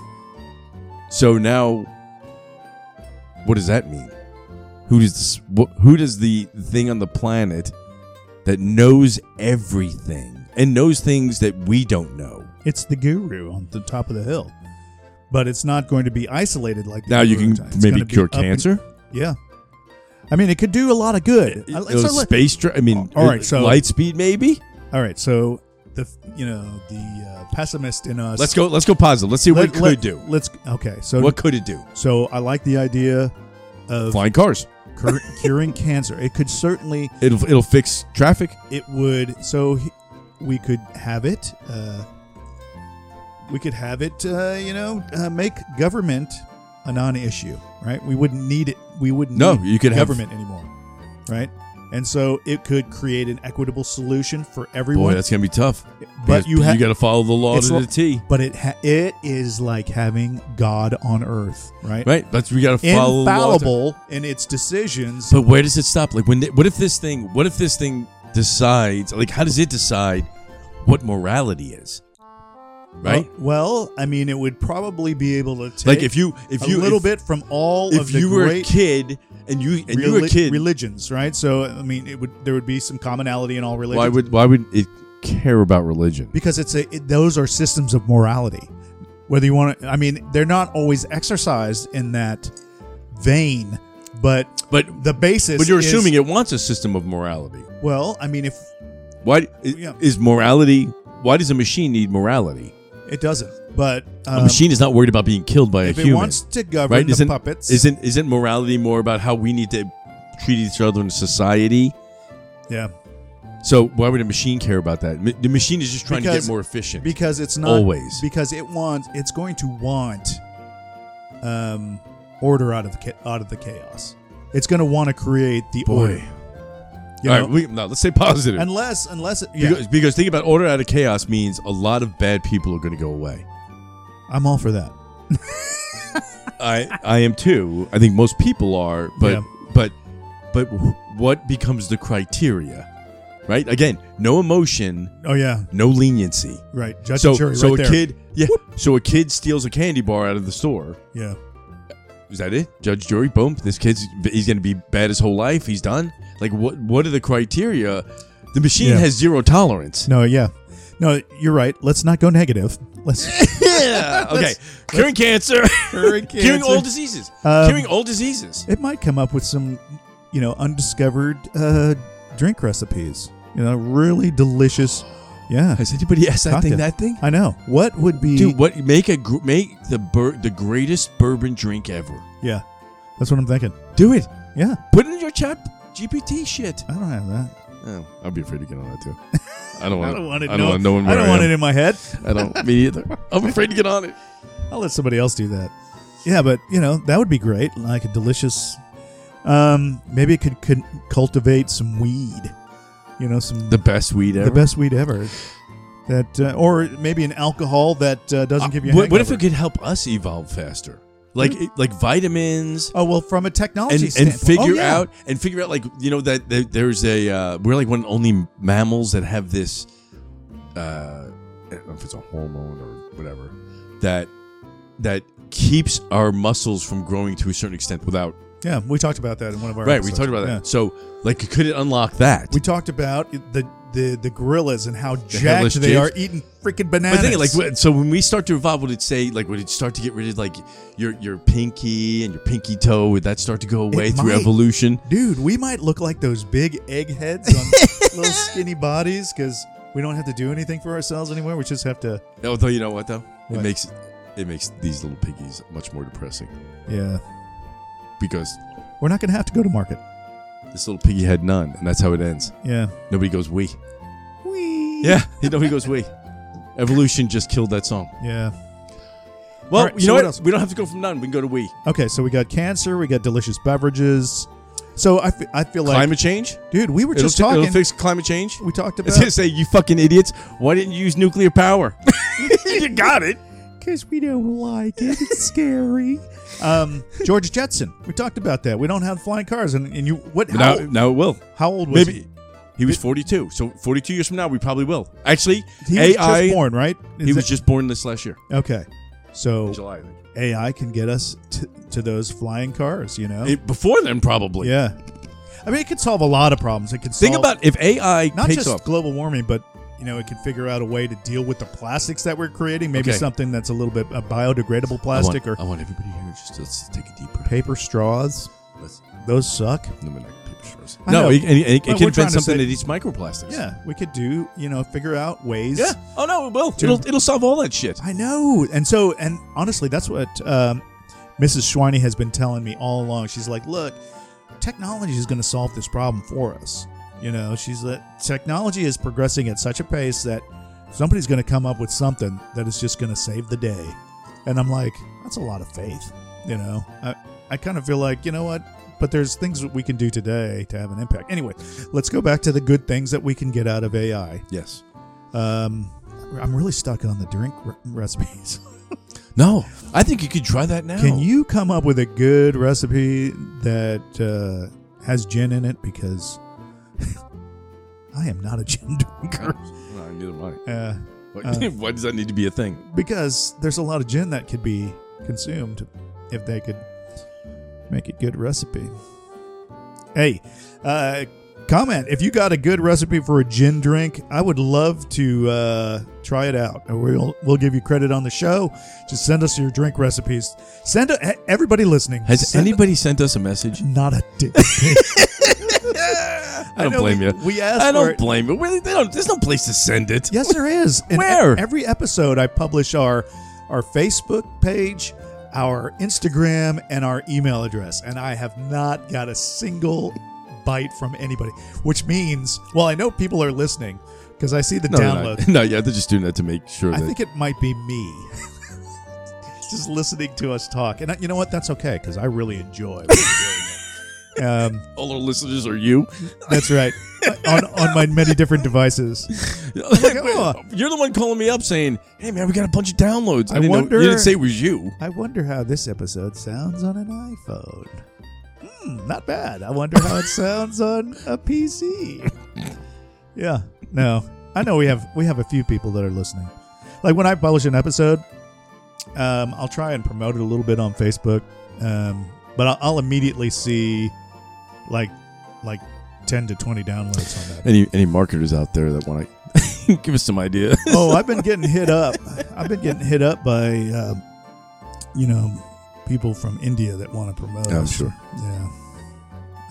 [SPEAKER 2] So now, what does that mean? Who does this, wh- who does the thing on the planet that knows everything and knows things that we don't know?
[SPEAKER 1] It's the guru on the top of the hill. But it's not going to be isolated like the
[SPEAKER 2] Now you
[SPEAKER 1] guru
[SPEAKER 2] can
[SPEAKER 1] type. It's
[SPEAKER 2] maybe
[SPEAKER 1] gonna be
[SPEAKER 2] cure
[SPEAKER 1] up in-
[SPEAKER 2] cancer.
[SPEAKER 1] yeah. I mean, it could do a lot of good. I-
[SPEAKER 2] It-
[SPEAKER 1] it's a
[SPEAKER 2] it'll
[SPEAKER 1] li-
[SPEAKER 2] space. Tra- I mean,
[SPEAKER 1] All right,
[SPEAKER 2] it-
[SPEAKER 1] so-
[SPEAKER 2] light speed maybe.
[SPEAKER 1] All right. So the you know the uh, pessimist in us.
[SPEAKER 2] Let's go. Let's go positive. Let's see what it could do.
[SPEAKER 1] Let's okay. So
[SPEAKER 2] What could it do?
[SPEAKER 1] So I like the idea of
[SPEAKER 2] Flying cars.
[SPEAKER 1] cur- curing cancer. It could certainly,
[SPEAKER 2] It'll it'll fix traffic.
[SPEAKER 1] it would. So he- we could have it. Uh, we could have it. Uh, you know, uh, make government a non-issue, right? We wouldn't need it. We wouldn't.
[SPEAKER 2] No,
[SPEAKER 1] need
[SPEAKER 2] you could have-
[SPEAKER 1] government anymore, right? And so it could create an equitable solution for
[SPEAKER 2] Boy,
[SPEAKER 1] everyone.
[SPEAKER 2] that's gonna be tough.
[SPEAKER 1] but you have.
[SPEAKER 2] got to follow the law
[SPEAKER 1] It's
[SPEAKER 2] to
[SPEAKER 1] lo-
[SPEAKER 2] the T,
[SPEAKER 1] But it ha- it is like having God on Earth, right?
[SPEAKER 2] right? That's we got to follow the law.
[SPEAKER 1] Infallible in its decisions.
[SPEAKER 2] To, but where does it stop? Like when? What if this thing? What if this thing decides? Like, how does it decide what morality is? right?
[SPEAKER 1] uh, well, I mean, it would probably be able to take
[SPEAKER 2] like if you if
[SPEAKER 1] a
[SPEAKER 2] you
[SPEAKER 1] little
[SPEAKER 2] if,
[SPEAKER 1] bit from all
[SPEAKER 2] if
[SPEAKER 1] of the
[SPEAKER 2] you were a
[SPEAKER 1] great
[SPEAKER 2] kid and you and you were a
[SPEAKER 1] reli-
[SPEAKER 2] kid,
[SPEAKER 1] religions, right? So I mean, it would there would be some commonality in all religions.
[SPEAKER 2] why would why would it care about religion?
[SPEAKER 1] because it's a it, those are systems of morality. Whether you want to, I mean, they're not always exercised in that vein, but
[SPEAKER 2] But
[SPEAKER 1] the basis.
[SPEAKER 2] but you're
[SPEAKER 1] is-
[SPEAKER 2] assuming it wants a system of morality.
[SPEAKER 1] Well, I mean, if
[SPEAKER 2] Why is,
[SPEAKER 1] Yeah.
[SPEAKER 2] is morality? Why does a machine need morality?
[SPEAKER 1] it doesn't, but
[SPEAKER 2] a
[SPEAKER 1] um,
[SPEAKER 2] machine is not worried about being killed by a
[SPEAKER 1] if
[SPEAKER 2] human,
[SPEAKER 1] it wants to govern
[SPEAKER 2] right?
[SPEAKER 1] the
[SPEAKER 2] Isn't,
[SPEAKER 1] puppets,
[SPEAKER 2] isn't isn't morality more about how we need to treat each other in society?
[SPEAKER 1] yeah,
[SPEAKER 2] So why would a machine care about that? Ma- The machine is just trying to
[SPEAKER 1] Because-
[SPEAKER 2] get more efficient.
[SPEAKER 1] because it's not
[SPEAKER 2] Always.
[SPEAKER 1] because it wants it's going to want um order out of the cha- out of the chaos. It's going to want to create the order. you
[SPEAKER 2] All
[SPEAKER 1] know?
[SPEAKER 2] right, we, no, let's say positive.
[SPEAKER 1] unless unless it, yeah,
[SPEAKER 2] Because, because thinking about order out of chaos means a lot of bad people are going to go away.
[SPEAKER 1] I'm all for that.
[SPEAKER 2] I I am too. I think most people are, but
[SPEAKER 1] Yeah.
[SPEAKER 2] but but wh- what becomes the criteria? Right? Again, no emotion,
[SPEAKER 1] Oh yeah,
[SPEAKER 2] no leniency.
[SPEAKER 1] right. Judge
[SPEAKER 2] so
[SPEAKER 1] and jury,
[SPEAKER 2] so
[SPEAKER 1] right
[SPEAKER 2] a
[SPEAKER 1] there.
[SPEAKER 2] kid, yeah. So a kid steals a candy bar out of the store.
[SPEAKER 1] yeah,
[SPEAKER 2] Is that it? Judge, jury, boom. This kid's he's going to be bad his whole life. He's done. Like what what are the criteria? The machine
[SPEAKER 1] Yeah.
[SPEAKER 2] has zero tolerance.
[SPEAKER 1] no, yeah, no. You're right. Let's not go negative. Let's
[SPEAKER 2] Yeah. Okay. Curing cancer.
[SPEAKER 1] Curing
[SPEAKER 2] Curing
[SPEAKER 1] cancer.
[SPEAKER 2] all diseases.
[SPEAKER 1] Um,
[SPEAKER 2] Curing all diseases.
[SPEAKER 1] it might come up with some, you know, undiscovered uh, drink recipes. You know, really delicious. Yeah,
[SPEAKER 2] Has anybody asked that thing?
[SPEAKER 1] cocktail.
[SPEAKER 2] That thing?
[SPEAKER 1] I know. What would be?
[SPEAKER 2] Dude, what make a gr- make the bur- the greatest bourbon drink ever?
[SPEAKER 1] yeah, that's what I'm thinking.
[SPEAKER 2] Do it.
[SPEAKER 1] Yeah,
[SPEAKER 2] Put it in your chat GPT shit.
[SPEAKER 1] I don't have that.
[SPEAKER 2] Oh, I'd be afraid to get on that too. I don't want.
[SPEAKER 1] I don't want it.
[SPEAKER 2] I don't want no one.
[SPEAKER 1] I don't want it in my head.
[SPEAKER 2] I don't. Me either. I'm afraid to get on it.
[SPEAKER 1] I'll let somebody else do that. Yeah, but you know that would be great, like a delicious. Um, maybe it could, could cultivate some weed. You know, some
[SPEAKER 2] The best weed ever.
[SPEAKER 1] the best weed ever. That uh, or maybe an alcohol that uh, doesn't give you. A
[SPEAKER 2] what, what if
[SPEAKER 1] hangover.
[SPEAKER 2] it could help us evolve faster? Like it, like vitamins.
[SPEAKER 1] Oh well, from a
[SPEAKER 2] And,
[SPEAKER 1] technology
[SPEAKER 2] and
[SPEAKER 1] standpoint.
[SPEAKER 2] figure
[SPEAKER 1] Oh, yeah.
[SPEAKER 2] out and figure out like you know that, that there's a uh, we're like one of the only mammals that have this uh, I don't know if it's a hormone or whatever that that keeps our muscles from growing to a certain extent without
[SPEAKER 1] Yeah, we talked about that in one of our.
[SPEAKER 2] right we
[SPEAKER 1] episodes.
[SPEAKER 2] talked about that
[SPEAKER 1] Yeah.
[SPEAKER 2] so like could it unlock that
[SPEAKER 1] We talked about the the the gorillas and how jacked
[SPEAKER 2] headless
[SPEAKER 1] they
[SPEAKER 2] chicks.
[SPEAKER 1] are eating freaking
[SPEAKER 2] But
[SPEAKER 1] bananas.
[SPEAKER 2] think like wh- so when we start to evolve, would it say like would it start to get rid of like your your pinky and your pinky toe? Would that start to go away through
[SPEAKER 1] might.
[SPEAKER 2] evolution?
[SPEAKER 1] Dude, we might look like those big egg heads on little skinny bodies because we don't have to do anything for ourselves anymore. We just have to.
[SPEAKER 2] Although you know what though, it
[SPEAKER 1] What?
[SPEAKER 2] makes it makes these little piggies much more depressing
[SPEAKER 1] Yeah.
[SPEAKER 2] because
[SPEAKER 1] We're not going to have to go to market.
[SPEAKER 2] this little piggy had none, and that's how it ends.
[SPEAKER 1] Yeah.
[SPEAKER 2] Nobody goes we.
[SPEAKER 1] Wee.
[SPEAKER 2] Yeah, nobody goes we. Evolution just killed that song.
[SPEAKER 1] Yeah.
[SPEAKER 2] Well,
[SPEAKER 1] All right,
[SPEAKER 2] you
[SPEAKER 1] so
[SPEAKER 2] know
[SPEAKER 1] what
[SPEAKER 2] what?
[SPEAKER 1] else?
[SPEAKER 2] We don't have to go from none. We can go to we.
[SPEAKER 1] Okay, so we got cancer. We got delicious beverages. So I fe- I feel like,
[SPEAKER 2] climate change.
[SPEAKER 1] dude, we were
[SPEAKER 2] It'll,
[SPEAKER 1] just
[SPEAKER 2] fi- it'll
[SPEAKER 1] talking.
[SPEAKER 2] fix climate change.
[SPEAKER 1] we talked about
[SPEAKER 2] It's gonna say you fucking idiots. Why didn't you use nuclear power? you got it.
[SPEAKER 1] because we don't like it. It's scary. Um, George Jetson. We talked about that. We don't have flying cars, and, and you what?
[SPEAKER 2] But
[SPEAKER 1] How,
[SPEAKER 2] now, now it will.
[SPEAKER 1] how old was
[SPEAKER 2] Maybe he was 42. So 42 years from now, we probably will. Actually,
[SPEAKER 1] he? He was
[SPEAKER 2] AI.
[SPEAKER 1] just born, right?
[SPEAKER 2] he was just born this last year,
[SPEAKER 1] okay. So
[SPEAKER 2] July. I think.
[SPEAKER 1] AI can get us t- to those flying cars, you know?
[SPEAKER 2] Eh, Before then, probably.
[SPEAKER 1] yeah. I mean, it could solve a lot of problems. It could solve,
[SPEAKER 2] Think about if AI
[SPEAKER 1] not
[SPEAKER 2] takes
[SPEAKER 1] just
[SPEAKER 2] off.
[SPEAKER 1] global warming, but you know, it could figure out a way to deal with the plastics that we're creating. Maybe
[SPEAKER 2] Okay.
[SPEAKER 1] something that's a little bit a biodegradable
[SPEAKER 2] I want-
[SPEAKER 1] plastic
[SPEAKER 2] I
[SPEAKER 1] or
[SPEAKER 2] want everybody here just to, let's take a deep breath.
[SPEAKER 1] paper straws.
[SPEAKER 2] Let's,
[SPEAKER 1] Those suck.
[SPEAKER 2] no, we're not paper straws.
[SPEAKER 1] I
[SPEAKER 2] no,
[SPEAKER 1] know.
[SPEAKER 2] it, and it, it
[SPEAKER 1] But
[SPEAKER 2] can
[SPEAKER 1] we're trying
[SPEAKER 2] invent
[SPEAKER 1] to
[SPEAKER 2] something
[SPEAKER 1] say-
[SPEAKER 2] that eats microplastics.
[SPEAKER 1] Yeah, we could do you know figure out ways.
[SPEAKER 2] Yeah. Oh no, it will. It'll it'll solve all that shit.
[SPEAKER 1] I know. And so, and honestly, that's what um, Mrs. Schweine has been telling me all along. She's like, look, technology is going to solve this problem for us. You know, she's that technology is progressing at such a pace that somebody's going to come up with something that is just going to save the day. And I'm like, that's a lot of faith. You know, I, I kind of feel like, you know what? But there's things that we can do today to have an impact. Anyway, let's go back to the good things that we can get out of AI.
[SPEAKER 2] Yes.
[SPEAKER 1] Um, I'm really stuck on the drink re- recipes.
[SPEAKER 2] No, I think you could try that now.
[SPEAKER 1] Can you come up with a good recipe that uh, has gin in it? Because I am not a gin drinker.
[SPEAKER 2] No, neither am I.
[SPEAKER 1] Uh,
[SPEAKER 2] Why, why does that need to be a thing?
[SPEAKER 1] because there's a lot of gin that could be consumed if they could make a good recipe. Hey, uh, comment if you got a good recipe for a gin drink. I would love to uh, try it out. And We'll we'll give you credit on the show. Just send us your drink recipes. Send a, everybody listening.
[SPEAKER 2] Has
[SPEAKER 1] send-
[SPEAKER 2] anybody sent us a message?
[SPEAKER 1] not a dick?
[SPEAKER 2] I don't
[SPEAKER 1] know
[SPEAKER 2] blame
[SPEAKER 1] we-
[SPEAKER 2] you.
[SPEAKER 1] we asked
[SPEAKER 2] I
[SPEAKER 1] for
[SPEAKER 2] don't
[SPEAKER 1] it.
[SPEAKER 2] blame you. Really, they don't, there's no place to send it.
[SPEAKER 1] Yes, there is. And
[SPEAKER 2] Where?
[SPEAKER 1] e- Every episode, I publish our our Facebook page, our Instagram, and our email address, and I have not got a single bite from anybody. Which means, well, I know people are listening because I see the
[SPEAKER 2] No, they're
[SPEAKER 1] download.
[SPEAKER 2] not. no, yeah, they're just doing that to make sure
[SPEAKER 1] I
[SPEAKER 2] that
[SPEAKER 1] think it might be me. Just listening to us talk, and I, you know what? That's okay because I really enjoy. What we're doing. um,
[SPEAKER 2] all our listeners are you.
[SPEAKER 1] that's right. on on my many different devices. oh.
[SPEAKER 2] You're the one calling me up saying, "Hey, man, we got a bunch of downloads." I,
[SPEAKER 1] I
[SPEAKER 2] didn't know-
[SPEAKER 1] wonder-
[SPEAKER 2] you didn't say it was you.
[SPEAKER 1] I wonder how this episode sounds on an iPhone. Hmm, not bad. I wonder how it sounds on a PC. Yeah, no, I know we have we have a few people that are listening. Like when I publish an episode, um, I'll try and promote it a little bit on Facebook, um, but I'll, I'll immediately see like like ten to twenty downloads on that.
[SPEAKER 2] Any any marketers out there that want to give us some idea?
[SPEAKER 1] oh, I've been getting hit up. I've been getting hit up by, um, you know, people from India that want to promote.
[SPEAKER 2] Oh,
[SPEAKER 1] us.
[SPEAKER 2] sure.
[SPEAKER 1] Yeah,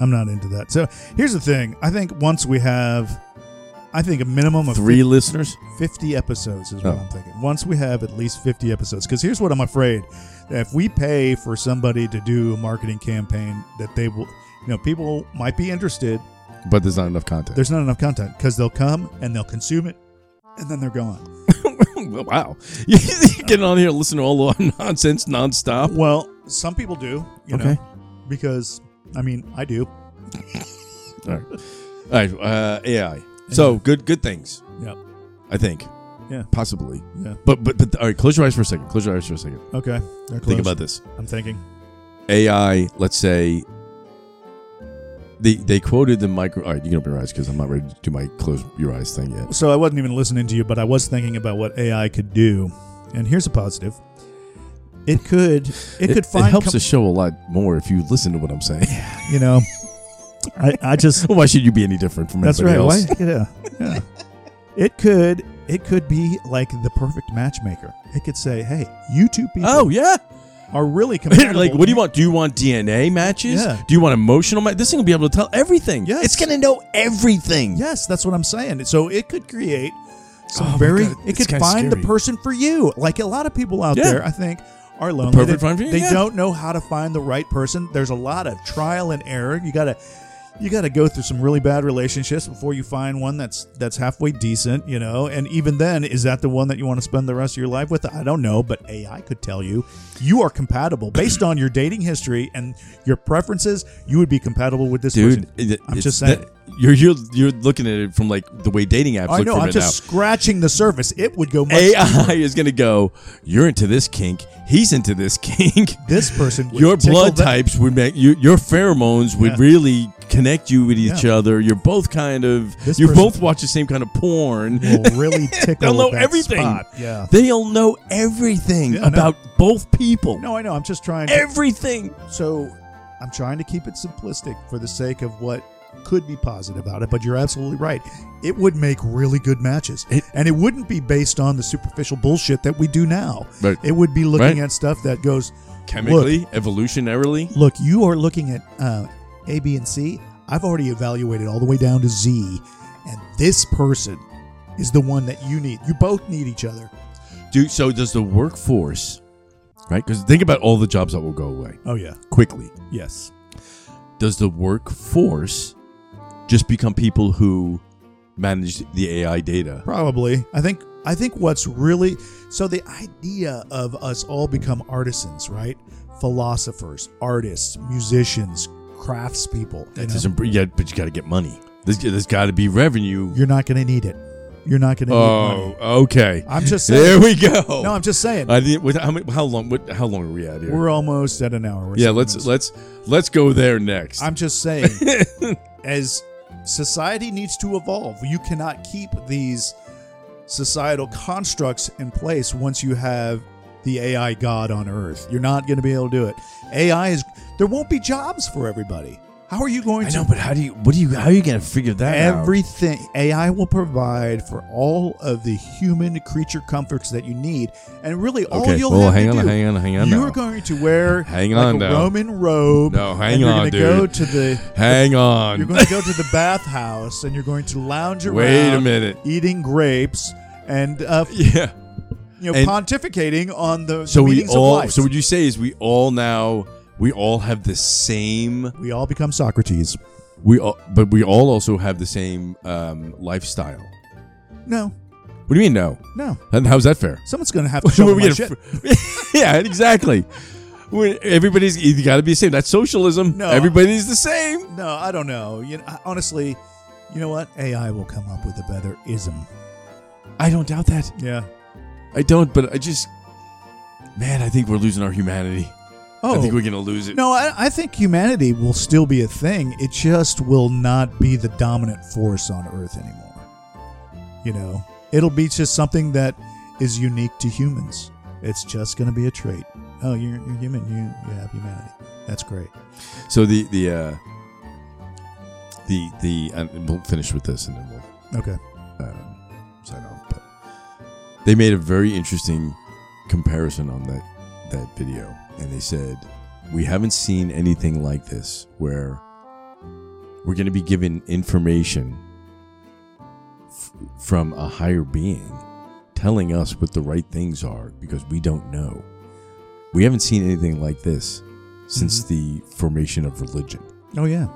[SPEAKER 1] I'm not into that. So here's the thing. I think once we have, I think a minimum of
[SPEAKER 2] Three listeners.
[SPEAKER 1] 50 episodes is what
[SPEAKER 2] Oh.
[SPEAKER 1] I'm thinking. Once we have at least 50 episodes, because here's what I'm afraid: that if we pay for somebody to do a marketing campaign, that they will, you know, people might be interested.
[SPEAKER 2] But there's not enough content.
[SPEAKER 1] There's not enough content because they'll come and they'll consume it, and then they're gone.
[SPEAKER 2] wow. You get on here and listen to all the nonsense nonstop.
[SPEAKER 1] Well, some people do, you
[SPEAKER 2] Okay.
[SPEAKER 1] know, because I mean, I do.
[SPEAKER 2] All right. All right. Uh, AI. So good good things.
[SPEAKER 1] Yep.
[SPEAKER 2] I think.
[SPEAKER 1] Yeah.
[SPEAKER 2] Possibly.
[SPEAKER 1] Yeah.
[SPEAKER 2] But but but all right. Close your eyes for a second. Close your eyes for a second.
[SPEAKER 1] Okay. They're close.
[SPEAKER 2] Think about this.
[SPEAKER 1] I'm thinking.
[SPEAKER 2] AI. Let's say. They, they quoted the micro. All right, you can open your eyes because I'm not ready to do my close your eyes thing yet.
[SPEAKER 1] So I wasn't even listening to you, but I was thinking about what AI could do. And here's a positive. It could it, could find
[SPEAKER 2] It helps
[SPEAKER 1] com-
[SPEAKER 2] the show a lot more if you listen to what I'm saying.
[SPEAKER 1] you know. I, I just
[SPEAKER 2] Why should you be any different from
[SPEAKER 1] that's right.
[SPEAKER 2] anybody else?
[SPEAKER 1] Why? Yeah. yeah. It could it could be like the perfect matchmaker. It could say, "Hey, you two people
[SPEAKER 2] Oh yeah.
[SPEAKER 1] are really compatible."
[SPEAKER 2] like, what do you want? Do you want DNA matches?
[SPEAKER 1] Yeah.
[SPEAKER 2] Do you want emotional matches? This thing will be able to tell everything.
[SPEAKER 1] Yes.
[SPEAKER 2] It's going to know everything.
[SPEAKER 1] Yes, that's what I'm saying. So it could create
[SPEAKER 2] Oh
[SPEAKER 1] some
[SPEAKER 2] my
[SPEAKER 1] very.
[SPEAKER 2] God,
[SPEAKER 1] It
[SPEAKER 2] it's
[SPEAKER 1] could
[SPEAKER 2] kinda
[SPEAKER 1] find
[SPEAKER 2] scary.
[SPEAKER 1] the person for you. Like a lot of people out
[SPEAKER 2] Yeah.
[SPEAKER 1] there, I think are lonely.
[SPEAKER 2] perfect
[SPEAKER 1] they
[SPEAKER 2] one for you,
[SPEAKER 1] they
[SPEAKER 2] yeah.
[SPEAKER 1] don't know how to find the right person. There's a lot of trial and error. You gotta. You got to go through some really bad relationships before you find one that's that's halfway decent, you know. And even then, is that the one that you want to spend the rest of your life with? I don't know, but AI could tell you you are compatible based on your dating history and your preferences. You would be compatible with this
[SPEAKER 2] Dude,
[SPEAKER 1] person.
[SPEAKER 2] it-
[SPEAKER 1] I'm
[SPEAKER 2] it's
[SPEAKER 1] just saying.
[SPEAKER 2] that- you're, you're, you're looking at it from like the way dating apps
[SPEAKER 1] I
[SPEAKER 2] look
[SPEAKER 1] know.
[SPEAKER 2] from
[SPEAKER 1] I'm
[SPEAKER 2] it
[SPEAKER 1] just scratching the surface. It would go much.
[SPEAKER 2] now. AI is going to go, you're into this kink. He's into this kink.
[SPEAKER 1] this person. Would
[SPEAKER 2] Your
[SPEAKER 1] tickle
[SPEAKER 2] blood
[SPEAKER 1] that-
[SPEAKER 2] types would make you, your pheromones would
[SPEAKER 1] Yeah.
[SPEAKER 2] really connect you with each
[SPEAKER 1] Yeah.
[SPEAKER 2] other. You're both kind of,
[SPEAKER 1] This
[SPEAKER 2] you
[SPEAKER 1] person-
[SPEAKER 2] both watch the same kind of porn.
[SPEAKER 1] will really tickle.
[SPEAKER 2] They'll know
[SPEAKER 1] that
[SPEAKER 2] everything.
[SPEAKER 1] spot. Yeah.
[SPEAKER 2] They'll know everything
[SPEAKER 1] Yeah, I know.
[SPEAKER 2] about both people.
[SPEAKER 1] No, I know. I'm just trying. To,
[SPEAKER 2] Everything.
[SPEAKER 1] so, I'm trying to keep it simplistic for the sake of what could be positive about it. But you're absolutely right. It would make really good matches,
[SPEAKER 2] It-
[SPEAKER 1] and it wouldn't be based on the superficial bullshit that we do now.
[SPEAKER 2] Right.
[SPEAKER 1] It would be looking
[SPEAKER 2] Right.
[SPEAKER 1] at stuff that goes.
[SPEAKER 2] Chemically, evolutionarily.
[SPEAKER 1] Look, you are looking at uh, A, B, and C. I've already evaluated all the way down to Z, and this person is the one that you need. You both need each other.
[SPEAKER 2] Do so does the workforce, right? Because think about all the jobs that will go away
[SPEAKER 1] Oh yeah.
[SPEAKER 2] quickly.
[SPEAKER 1] Yes.
[SPEAKER 2] Does the workforce just become people who manage the AI data?
[SPEAKER 1] Probably. I think I think what's really so the idea of us all become artisans, right? Philosophers, artists, musicians, craftspeople. You
[SPEAKER 2] That
[SPEAKER 1] know?
[SPEAKER 2] doesn't. Yeah, but you got to get money. There's, there's got to be revenue.
[SPEAKER 1] You're not going to need it. You're not going to need
[SPEAKER 2] Oh,
[SPEAKER 1] money.
[SPEAKER 2] okay.
[SPEAKER 1] I'm just
[SPEAKER 2] There
[SPEAKER 1] saying.
[SPEAKER 2] we go.
[SPEAKER 1] No, I'm just saying.
[SPEAKER 2] I didn't. With, how, many- how long? What, how long are we at here?
[SPEAKER 1] we're almost at an hour. We're
[SPEAKER 2] yeah,
[SPEAKER 1] seven
[SPEAKER 2] let's
[SPEAKER 1] minutes.
[SPEAKER 2] let's let's go there next.
[SPEAKER 1] I'm just saying, as society needs to evolve, you cannot keep these societal constructs in place once you have the AI god on Earth. You're not going to be able to do it. AI is there won't be jobs for everybody. How are you going
[SPEAKER 2] I
[SPEAKER 1] to
[SPEAKER 2] know, but how do you? What do you? How are you gonna figure that out?
[SPEAKER 1] everything AI will provide for all of the human creature comforts that you need, and really all
[SPEAKER 2] Okay,
[SPEAKER 1] you'll
[SPEAKER 2] well,
[SPEAKER 1] have
[SPEAKER 2] hang
[SPEAKER 1] to
[SPEAKER 2] on,
[SPEAKER 1] do.
[SPEAKER 2] hang on, hang on
[SPEAKER 1] You
[SPEAKER 2] now.
[SPEAKER 1] are going to wear
[SPEAKER 2] Hang
[SPEAKER 1] like
[SPEAKER 2] on
[SPEAKER 1] a
[SPEAKER 2] now.
[SPEAKER 1] Roman robe.
[SPEAKER 2] No, hang
[SPEAKER 1] and you're
[SPEAKER 2] on,
[SPEAKER 1] gonna Go
[SPEAKER 2] dude.
[SPEAKER 1] to the
[SPEAKER 2] Hang on.
[SPEAKER 1] you're going to go to the bathhouse, and you're going to lounge around.
[SPEAKER 2] Wait a minute.
[SPEAKER 1] eating grapes and uh,
[SPEAKER 2] yeah.
[SPEAKER 1] you know
[SPEAKER 2] And-
[SPEAKER 1] pontificating on the
[SPEAKER 2] So
[SPEAKER 1] the
[SPEAKER 2] we
[SPEAKER 1] meanings of
[SPEAKER 2] all.
[SPEAKER 1] life.
[SPEAKER 2] So what you say is we all now we all have the same.
[SPEAKER 1] we all become Socrates.
[SPEAKER 2] We all, but we all also have the same um, lifestyle.
[SPEAKER 1] No,
[SPEAKER 2] What do you mean no?
[SPEAKER 1] no,
[SPEAKER 2] And how's that fair?
[SPEAKER 1] someone's going to have to show
[SPEAKER 2] We're
[SPEAKER 1] my shit.
[SPEAKER 2] gonna- yeah, exactly. We're- everybody's you got to be the same. That's socialism.
[SPEAKER 1] No.
[SPEAKER 2] everybody's the same.
[SPEAKER 1] no, I don't know. You know, I- honestly, you know what? AI will come up with a better ism.
[SPEAKER 2] I don't doubt that.
[SPEAKER 1] Yeah.
[SPEAKER 2] I don't. But I just, man, I think we're losing our humanity.
[SPEAKER 1] Oh
[SPEAKER 2] I think we're gonna lose it.
[SPEAKER 1] no, I, I think humanity will still be a thing. It just will not be the dominant force on Earth anymore. You know, it'll be just something that is unique to humans. It's just going to be a trait. Oh, you're, you're human. You, you have humanity. That's great.
[SPEAKER 2] So the the uh, the the and we'll finish with this and then we'll
[SPEAKER 1] Okay.
[SPEAKER 2] um, sign off. But they made a very interesting comparison on that that video, and they said we haven't seen anything like this where we're going to be given information f- from a higher being telling us what the right things are because we don't know. We haven't seen anything like this since
[SPEAKER 1] Mm-hmm.
[SPEAKER 2] the formation of religion.
[SPEAKER 1] Oh yeah.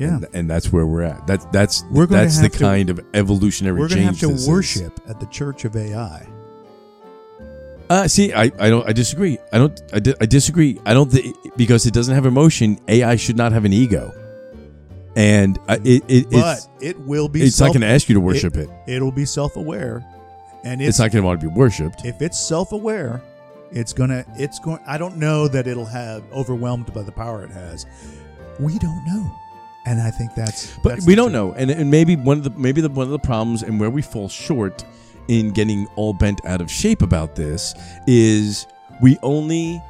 [SPEAKER 1] Yeah.
[SPEAKER 2] And, and that's where we're at. That's that's
[SPEAKER 1] We're gonna
[SPEAKER 2] that's the
[SPEAKER 1] have to-
[SPEAKER 2] kind of evolutionary
[SPEAKER 1] We're going to have
[SPEAKER 2] change.
[SPEAKER 1] to
[SPEAKER 2] this is.
[SPEAKER 1] worship at the Church of AI.
[SPEAKER 2] Uh, see, I, I don't I disagree. I don't I, di- I disagree. I don't thi- because it doesn't have emotion. AI should not have an ego, and I, it, it
[SPEAKER 1] But
[SPEAKER 2] it's
[SPEAKER 1] it will be
[SPEAKER 2] it's
[SPEAKER 1] self,
[SPEAKER 2] not going to ask you to worship it.
[SPEAKER 1] it'll be self-aware. And
[SPEAKER 2] It's,
[SPEAKER 1] it's,
[SPEAKER 2] not going to want to be worshipped.
[SPEAKER 1] if it's self-aware, it's going to it's going I don't know that it'll have overwhelmed by the power it has. We don't know. And I think that's
[SPEAKER 2] But
[SPEAKER 1] that's
[SPEAKER 2] we
[SPEAKER 1] the
[SPEAKER 2] don't
[SPEAKER 1] truth.
[SPEAKER 2] know, and and maybe one of the maybe the one of the problems and where we fall short in getting all bent out of shape about this is we only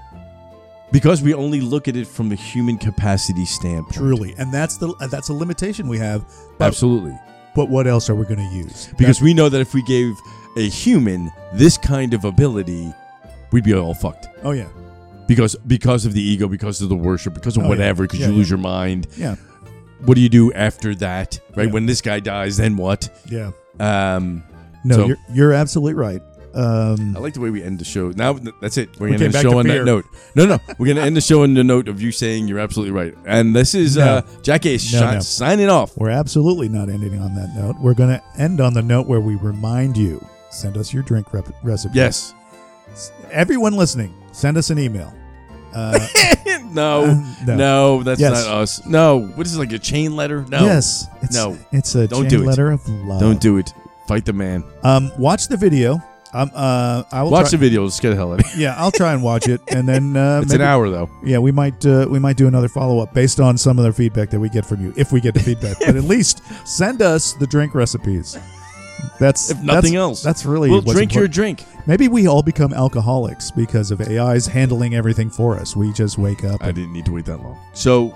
[SPEAKER 2] because we only look at it from the human capacity standpoint.
[SPEAKER 1] truly. And that's the that's a limitation we have. But,
[SPEAKER 2] Absolutely.
[SPEAKER 1] but what else are we going to use?
[SPEAKER 2] Because we know that if we gave a human this kind of ability, we'd be all fucked.
[SPEAKER 1] Oh yeah.
[SPEAKER 2] Because because of the ego, because of the worship, because of
[SPEAKER 1] Oh, yeah.
[SPEAKER 2] whatever, because
[SPEAKER 1] Yeah,
[SPEAKER 2] you
[SPEAKER 1] yeah.
[SPEAKER 2] lose your mind.
[SPEAKER 1] Yeah.
[SPEAKER 2] What do you do after that? Right?
[SPEAKER 1] Yeah.
[SPEAKER 2] When this guy dies, then what?
[SPEAKER 1] Yeah.
[SPEAKER 2] Um
[SPEAKER 1] No,
[SPEAKER 2] So-
[SPEAKER 1] you're you're absolutely right. Um
[SPEAKER 2] I like the way we end the show. Now th- that's it. We're
[SPEAKER 1] We
[SPEAKER 2] gonna end
[SPEAKER 1] came
[SPEAKER 2] the
[SPEAKER 1] back
[SPEAKER 2] show
[SPEAKER 1] to
[SPEAKER 2] on
[SPEAKER 1] beer.
[SPEAKER 2] that note. No, no, we're gonna end the show on the note of you saying you're absolutely right. And this is
[SPEAKER 1] No.
[SPEAKER 2] uh, Jack Ace
[SPEAKER 1] No,
[SPEAKER 2] shi-
[SPEAKER 1] no.
[SPEAKER 2] signing off.
[SPEAKER 1] We're absolutely not ending on that note. We're going to end on the note where we remind you send us your drink rep- recipe.
[SPEAKER 2] Yes.
[SPEAKER 1] Everyone listening, send us an email. Uh,
[SPEAKER 2] no,
[SPEAKER 1] Um,
[SPEAKER 2] Uh, no,
[SPEAKER 1] no.
[SPEAKER 2] that's
[SPEAKER 1] Yes.
[SPEAKER 2] not us. No, what is this, like a chain letter? No,
[SPEAKER 1] Yes. It's,
[SPEAKER 2] No.
[SPEAKER 1] It's a
[SPEAKER 2] Don't
[SPEAKER 1] chain
[SPEAKER 2] do it.
[SPEAKER 1] letter of love.
[SPEAKER 2] don't do it. Fight the man.
[SPEAKER 1] Um, watch the video. Um, uh, I will
[SPEAKER 2] Watch
[SPEAKER 1] try-
[SPEAKER 2] the video. Let's get the hell out of here.
[SPEAKER 1] Yeah, I'll try and watch it, and then uh,
[SPEAKER 2] It's
[SPEAKER 1] maybe,
[SPEAKER 2] an hour though.
[SPEAKER 1] Yeah, we might uh, we might do another follow up based on some of the feedback that we get from you, if we get the feedback. but at least send us the drink recipes. That's
[SPEAKER 2] If nothing
[SPEAKER 1] that's-
[SPEAKER 2] else,
[SPEAKER 1] That's really
[SPEAKER 2] we'll
[SPEAKER 1] what's
[SPEAKER 2] drink your
[SPEAKER 1] important.
[SPEAKER 2] drink.
[SPEAKER 1] Maybe we all become alcoholics because of AI's handling everything for us. We just wake up.
[SPEAKER 2] I
[SPEAKER 1] And,
[SPEAKER 2] didn't need to wait that long. So,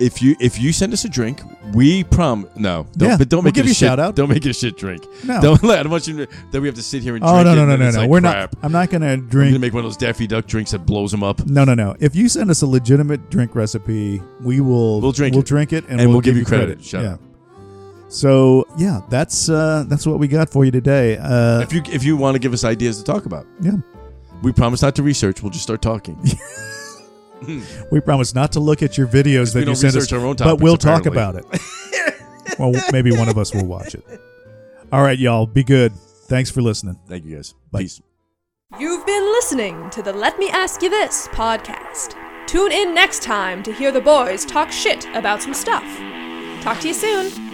[SPEAKER 2] if you if you send us a drink, we prom no, don't,
[SPEAKER 1] Yeah,
[SPEAKER 2] but don't
[SPEAKER 1] we'll
[SPEAKER 2] make
[SPEAKER 1] give
[SPEAKER 2] it
[SPEAKER 1] you
[SPEAKER 2] a
[SPEAKER 1] a
[SPEAKER 2] shit.
[SPEAKER 1] shout out.
[SPEAKER 2] Don't make it a shit drink.
[SPEAKER 1] no.
[SPEAKER 2] Don't let. I don't want you to, that we have to sit here and
[SPEAKER 1] oh
[SPEAKER 2] drink
[SPEAKER 1] no
[SPEAKER 2] it
[SPEAKER 1] no
[SPEAKER 2] and
[SPEAKER 1] no
[SPEAKER 2] then
[SPEAKER 1] no
[SPEAKER 2] it's
[SPEAKER 1] no.
[SPEAKER 2] like,
[SPEAKER 1] We're
[SPEAKER 2] crap.
[SPEAKER 1] not. I'm not going to
[SPEAKER 2] I'm
[SPEAKER 1] drink.
[SPEAKER 2] gonna make one of those Daffy Duck drinks that blows them up, and,
[SPEAKER 1] no no no. If you send us a legitimate drink recipe, we will.
[SPEAKER 2] We'll drink
[SPEAKER 1] We'll
[SPEAKER 2] it.
[SPEAKER 1] drink it, and,
[SPEAKER 2] we'll, give, you credit.
[SPEAKER 1] credit.
[SPEAKER 2] Shut
[SPEAKER 1] yeah.
[SPEAKER 2] up.
[SPEAKER 1] So yeah, that's uh, that's what we got for you today. Uh,
[SPEAKER 2] If you if you want to give us ideas to talk about,
[SPEAKER 1] yeah,
[SPEAKER 2] we promise not to research. We'll just start talking.
[SPEAKER 1] we promise not to look at your videos that
[SPEAKER 2] we
[SPEAKER 1] you
[SPEAKER 2] don't
[SPEAKER 1] send us,
[SPEAKER 2] research our own
[SPEAKER 1] but
[SPEAKER 2] topics,
[SPEAKER 1] we'll talk
[SPEAKER 2] apparently.
[SPEAKER 1] about it. well, maybe one of us will watch it. All right, y'all, be good. Thanks for listening.
[SPEAKER 2] Thank you guys.
[SPEAKER 1] Bye.
[SPEAKER 2] Peace.
[SPEAKER 3] You've been listening to the Let Me Ask You This podcast. Tune in next time to hear the boys talk shit about some stuff. Talk to you soon.